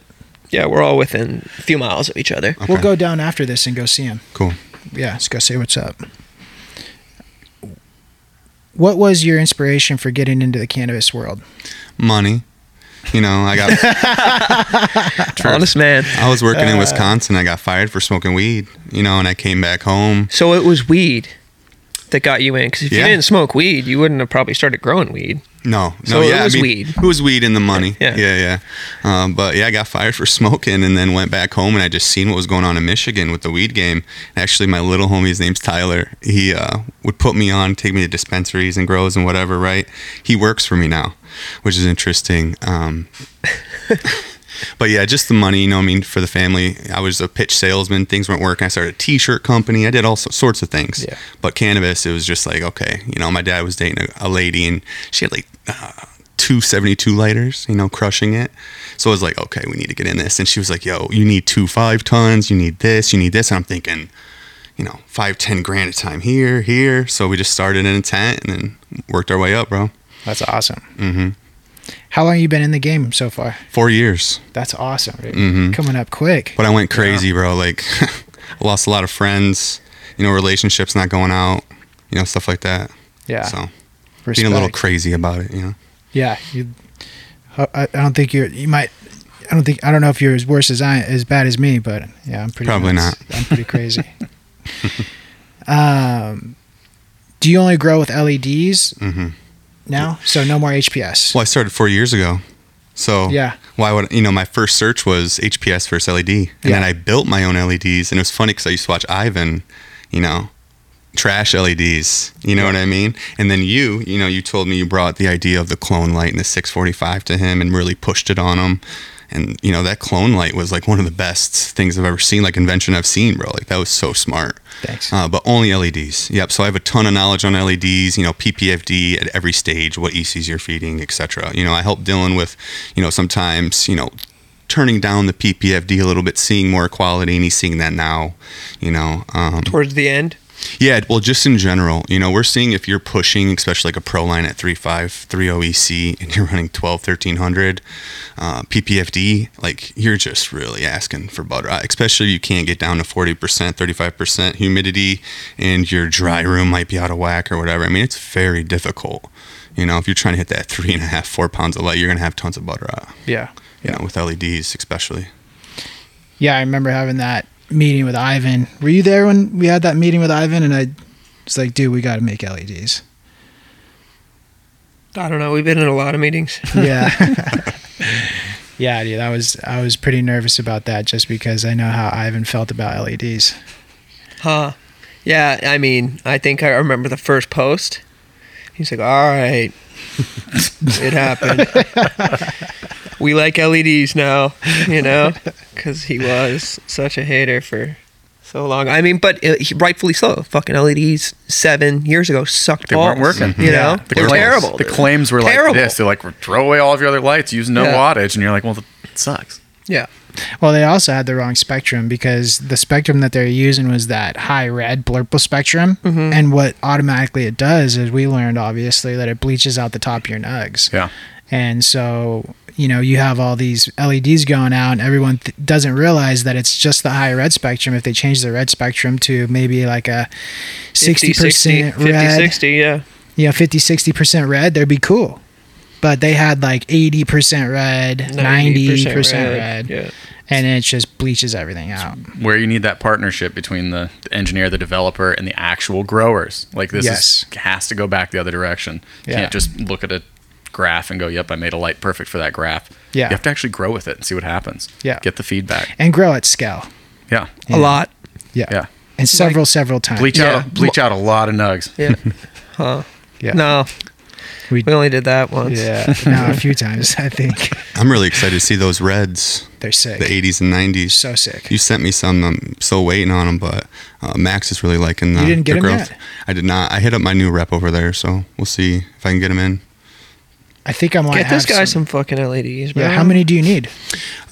Yeah, we're all within a few miles of each other. We'll Okay. go down after this and go see him. Cool. Yeah, let's go say what's up. What was your inspiration for getting into the cannabis world? Money. You know, I got. Honest man. I was working Uh. in Wisconsin. I got fired for smoking weed. You know, and I came back home. So it was weed that got you in because if you Yeah. didn't smoke weed, you wouldn't have probably started growing weed. No, no, So it yeah, was I mean, weed. It was weed and the money. Yeah. Yeah, yeah. Um, but yeah, I got fired for smoking, and then went back home, and I just seen what was going on in Michigan with the weed game. Actually, my little homie, his name's Tyler. He uh, would put me on, take me to dispensaries and grows and whatever. Right? He works for me now, which is interesting. Um, but yeah, just the money, you know, I mean, for the family. I was a pitch salesman, things weren't working. I started a t shirt company. I did all so- sorts of things. Yeah. But cannabis, it was just like, okay, you know, my dad was dating a, a lady and she had like uh, 272 lighters, you know, crushing it. So I was like, okay, we need to get in this. And she was like, yo, you need two five tons, you need this, you need this. And I'm thinking, you know, five, 10 grand a time here, here. So we just started in a tent and then worked our way up, bro. That's awesome. Mm-hmm. How long you been in the game so far? Four years. That's awesome. dude. Coming up quick. But I went crazy, bro. Like, I lost a lot of friends, you know, relationships not going out, you know, stuff like that. Yeah. So being a little Respect. crazy about it, you know. Yeah, you. I, I don't think you're. You might. I don't think. I don't know if you're as worse as I, as bad as me, but yeah, I'm pretty. Probably nuts. I'm pretty crazy. Um, do you only grow with LEDs Mm-hmm. now? So no more HPS. Well, I started four years ago. So Yeah. why would you know? My first search was HPS versus LED, and then Yeah. I built my own LEDs, and it was funny because I used to watch Ivan, you know, trash LEDs. You know what I mean? And then you, you know, you told me you brought the idea of the clone light and the 645 to him, and really pushed it on him. And you know that clone light was like one of the best things I've ever seen, like invention I've seen, bro. Like that was so smart. Thanks. Uh, but only LEDs. Yep. So I have a ton of knowledge on LEDs. You know, PPFD at every stage, what ECs you're feeding, etc. You know, I help Dylan with, you know, sometimes you know, turning down the PPFD a little bit, seeing more quality, and he's seeing that now. You know, um, Towards the end, yeah, well, just in general, you know, we're seeing if you're pushing, especially like a pro line at 3.5, 3.0 EC, E and you're running 12, 1300 uh, PPFD, like you're just really asking for butter. Uh, Especially you can't get down to 40%, 35% humidity, and your dry room might be out of whack or whatever. I mean, it's very difficult. You know, if you're trying to hit that three and a half, four pounds of light, you're going to have tons of butter uh, out, yeah, you know, with LEDs especially. Yeah, I remember having that meeting with Ivan. Were you there when we had that meeting with Ivan? And I was like, dude, we got to make E LEDs. I don't know. We've been in a lot of meetings. Yeah. yeah, dude, I was I was pretty nervous about that just because I know how Ivan felt about E LEDs. Huh. Yeah, I mean, I think I remember the first post. He's like, all right, it happened. we like LEDs now, you know, because he was such a hater for so long. I mean, but uh, he, rightfully so. Fucking LEDs seven years ago sucked They balls. weren't working. You know, the they're claims, terrible. The claims were like Terrible. this. They're like, throw away all of your other lights, use no Yeah. wattage, and you're like, well, that sucks. Yeah. Well, they also had the wrong spectrum because the spectrum that they're using was that high red blurple spectrum. And what automatically it does is we learned obviously that it bleaches out the top of your nugs. Yeah. And so, you know, you have all these LEDs going out, and everyone th- doesn't realize that it's just the high red spectrum. If they change the red spectrum to maybe like a 60% 50, 60, red, 50, 60, yeah. you know, 50, 60% red, they'd be cool. But they had like 80% red, 90%, red, Yeah. and it just bleaches everything out. Where you need that partnership between the the engineer, the developer, and the actual growers. Like this Yes. is, has to go back the other direction. You Yeah. can't just look at a graph and go, yep, I made a light perfect for that graph. Yeah. You have to actually grow with it and see what happens. Yeah. Get the feedback. And grow at scale. Yeah. Yeah. A lot. Yeah. Yeah. And several, several times. Bleach Yeah. out bleach out a lot of nugs. Yeah. huh. Yeah. No. We- We, only did that once. Yeah. no, a few times, I think. I'm really excited to see those reds, They're the sick. 80s and 90s. So sick. You sent me some. I'm still waiting on them, but uh, Max is really liking the, You didn't get the 'em growth. yet? I did not. I hit up my new rep over there, so we'll see if I can get him in. I think I might Get this have guy some, fucking LEDs, bro. Yeah, how many do you need?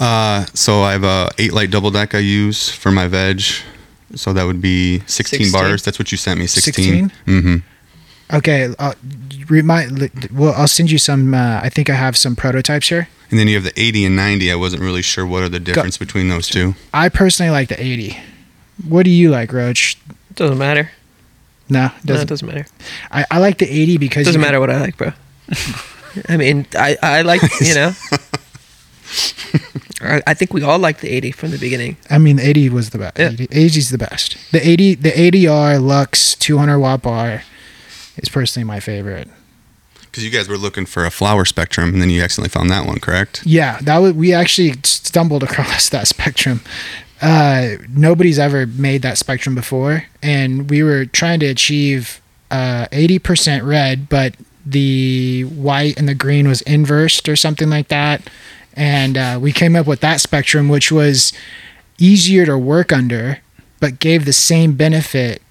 Uh, so I have a eight light double deck I use for my veg. So that would be 16, 16? bars. That's what you sent me. 16. Mm-hmm. Okay, uh, remind. li- Well, I'll send you some. Uh, I think I have some prototypes here. And then you have the 80 and 90. I wasn't really sure what are the difference between those two. I personally like the eighty. What do you like, Roach? Doesn't matter. No, No, it doesn't. doesn't matter. I, I like the eighty because Doesn't you can- matter what I like, bro. I mean, I, I like, you know. I, I think we all liked the 80 from the beginning. I mean, the eighty was the best. Yeah. 80 80's the best. The eighty, the ADR Lux two hundred watt bar, is personally my favorite. Because you guys were looking for a flower spectrum, and then you accidentally found that one, correct? Yeah, that was, we actually stumbled across that spectrum. Uh, nobody's ever made that spectrum before, and we were trying to achieve uh, eighty percent red, but the white and the green was inversed or something like that, and uh, we came up with that spectrum, which was easier to work under, but gave the same benefit.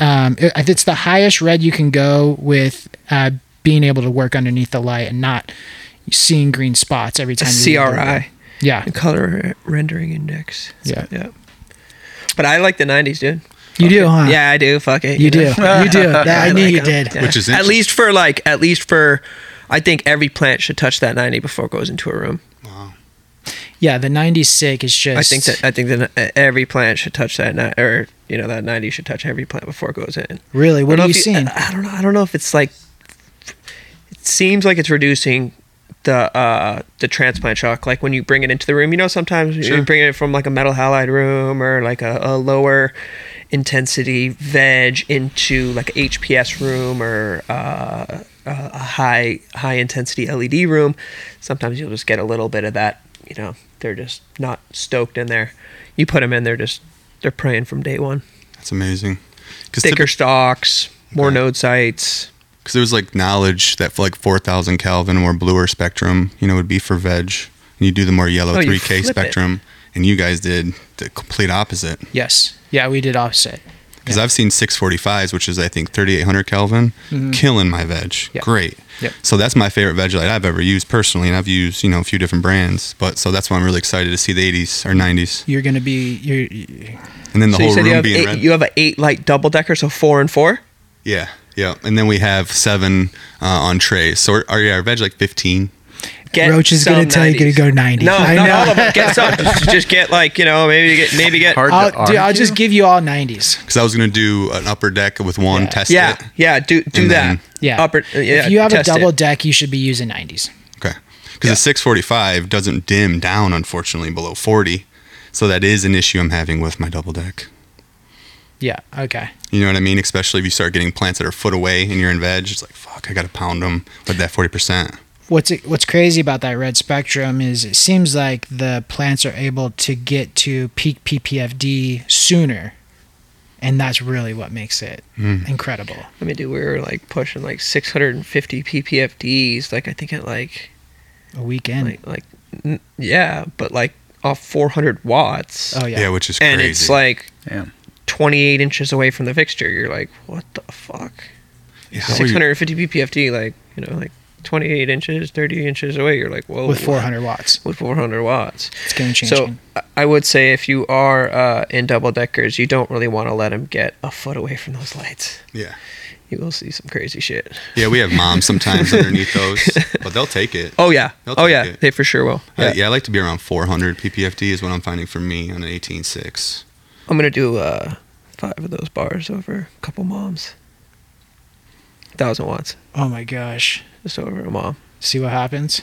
Um, it, it's the highest red you can go with uh, being able to work underneath the light and not seeing green spots every The time. you leave the room. CRI, Yeah, the color rendering index. Yeah. Yeah. But I like the 90s, dude. you do, huh? Yeah, I do. Fuck it. you do. know? You do. That, I knew like you them. did. Yeah. Which is at interest- least for like at least for I think every plant should touch that 90 before it goes into a room. Yeah, the '90s sick is just. I think that I think that uh, every plant should touch that ni- or you know that 90 should touch every plant before it goes in. Really, I what are don't know uh, you if seeing? I, I don't know. I don't know if it's like. It seems like it's reducing the uh, the transplant shock, like when you bring it into the room. You know, sometimes you bring it from like a metal halide room or like a, a lower intensity veg into like a HPS room or uh, a a high high intensity LED room. Sometimes you'll just get a little bit of that. You know, they're just not stoked in there. You put them in, they're just they're praying from day one. That's amazing. Because Thicker stocks, more Okay. node sites. there was like knowledge that for like 4,000 Kelvin or bluer spectrum, you know, would be for veg. And you do the more yellow Oh, you 3K flip it. spectrum. And you guys did the complete opposite. Yes. Yeah, we did offset. Because I've seen 645s, which is I think 3800 Kelvin, Mm-hmm. killing my veg. Yep. Great. Yep. So that's my favorite veg light I've ever used personally, and I've used you know a few different brands. But so that's why I'm really excited to see the 80s or 90s, You're gonna be you're and then the so you whole said room you have being eight, red. you have an eight light double decker, so four and four. yeah, yeah. And then we have seven uh, on trays. So our, our, yeah, our veg like 15. Get Roach is gonna some tell you to 90s. go 90. No, I not know. all of them. Get some. just, just get like you know maybe get maybe get Hard I'll, to dude, I'll argue. just give you all 90s. Because I was gonna do an upper deck with one, Yeah. test yeah it. yeah do do And that then- Yeah. upper uh, yeah if you have a test it. double deck, you should be using 90s. Okay. Because the 645 doesn't dim down unfortunately below 40, so that is an issue I'm having with my double deck. Yeah. Okay. You know what I mean? Especially if you start getting plants that are a foot away and you're in veg, it's like fuck, I gotta pound them with that forty percent. What's what's crazy about that red spectrum is it seems like the plants are able to get to peak PPFD sooner, and that's really what makes it Mm. incredible. I mean dude we were like pushing like 650 ppfds like I think at like A weekend. like like n- yeah but like off 400 watts oh Yeah. yeah. which is and crazy. it's like Damn. 28 inches away from the fixture you're like what the fuck Yeah, how are you- 650 ppfd like you know like 28 inches 30 inches away you're like whoa with what? 400 watts, with 400 watts it's game changing. oh, So I- I would say if you are uh, in double deckers, you don't really want to let them get a foot away from those lights. Yeah. You will see some crazy shit. Yeah, we have moms sometimes underneath those, but they'll take it. Oh yeah, They'll oh take yeah, it. they for sure will. Yeah. Uh, Yeah. I, yeah, I like to be around 400 ppfd is what I'm finding for me on an 18.6. I'm gonna do uh, five of those bars over a couple moms. Thousand watts, oh my gosh, just over a mom. see what happens.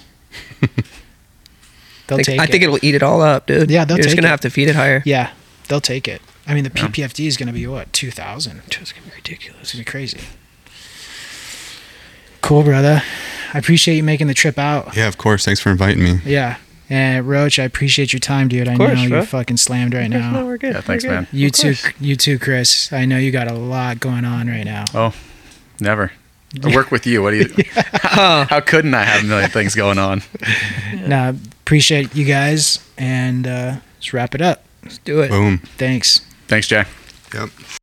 they'll Like, take. I it. think it'll eat it all up, dude. Yeah, they'll You're just take gonna it. have to feed it higher. Yeah, they'll take it. I mean, the PPFD is going to be what 2,000. It's It's gonna be going ridiculous. to be crazy. Cool, brother. I appreciate you making the trip out. Yeah, of course. Thanks for inviting me. Yeah. And Roach, I appreciate your time, dude. I course, know bro. you're fucking slammed right No, now. we're good. Yeah, thanks, we're good. man. You Of too, course. you too, Chris. I know you got a lot going on right now. Oh, never. I work with you. What do you? How couldn't I have a million things going on? Now, appreciate you guys, and uh, let's wrap it up. Let's do it. Boom. Thanks. Thanks, Jay. Yep.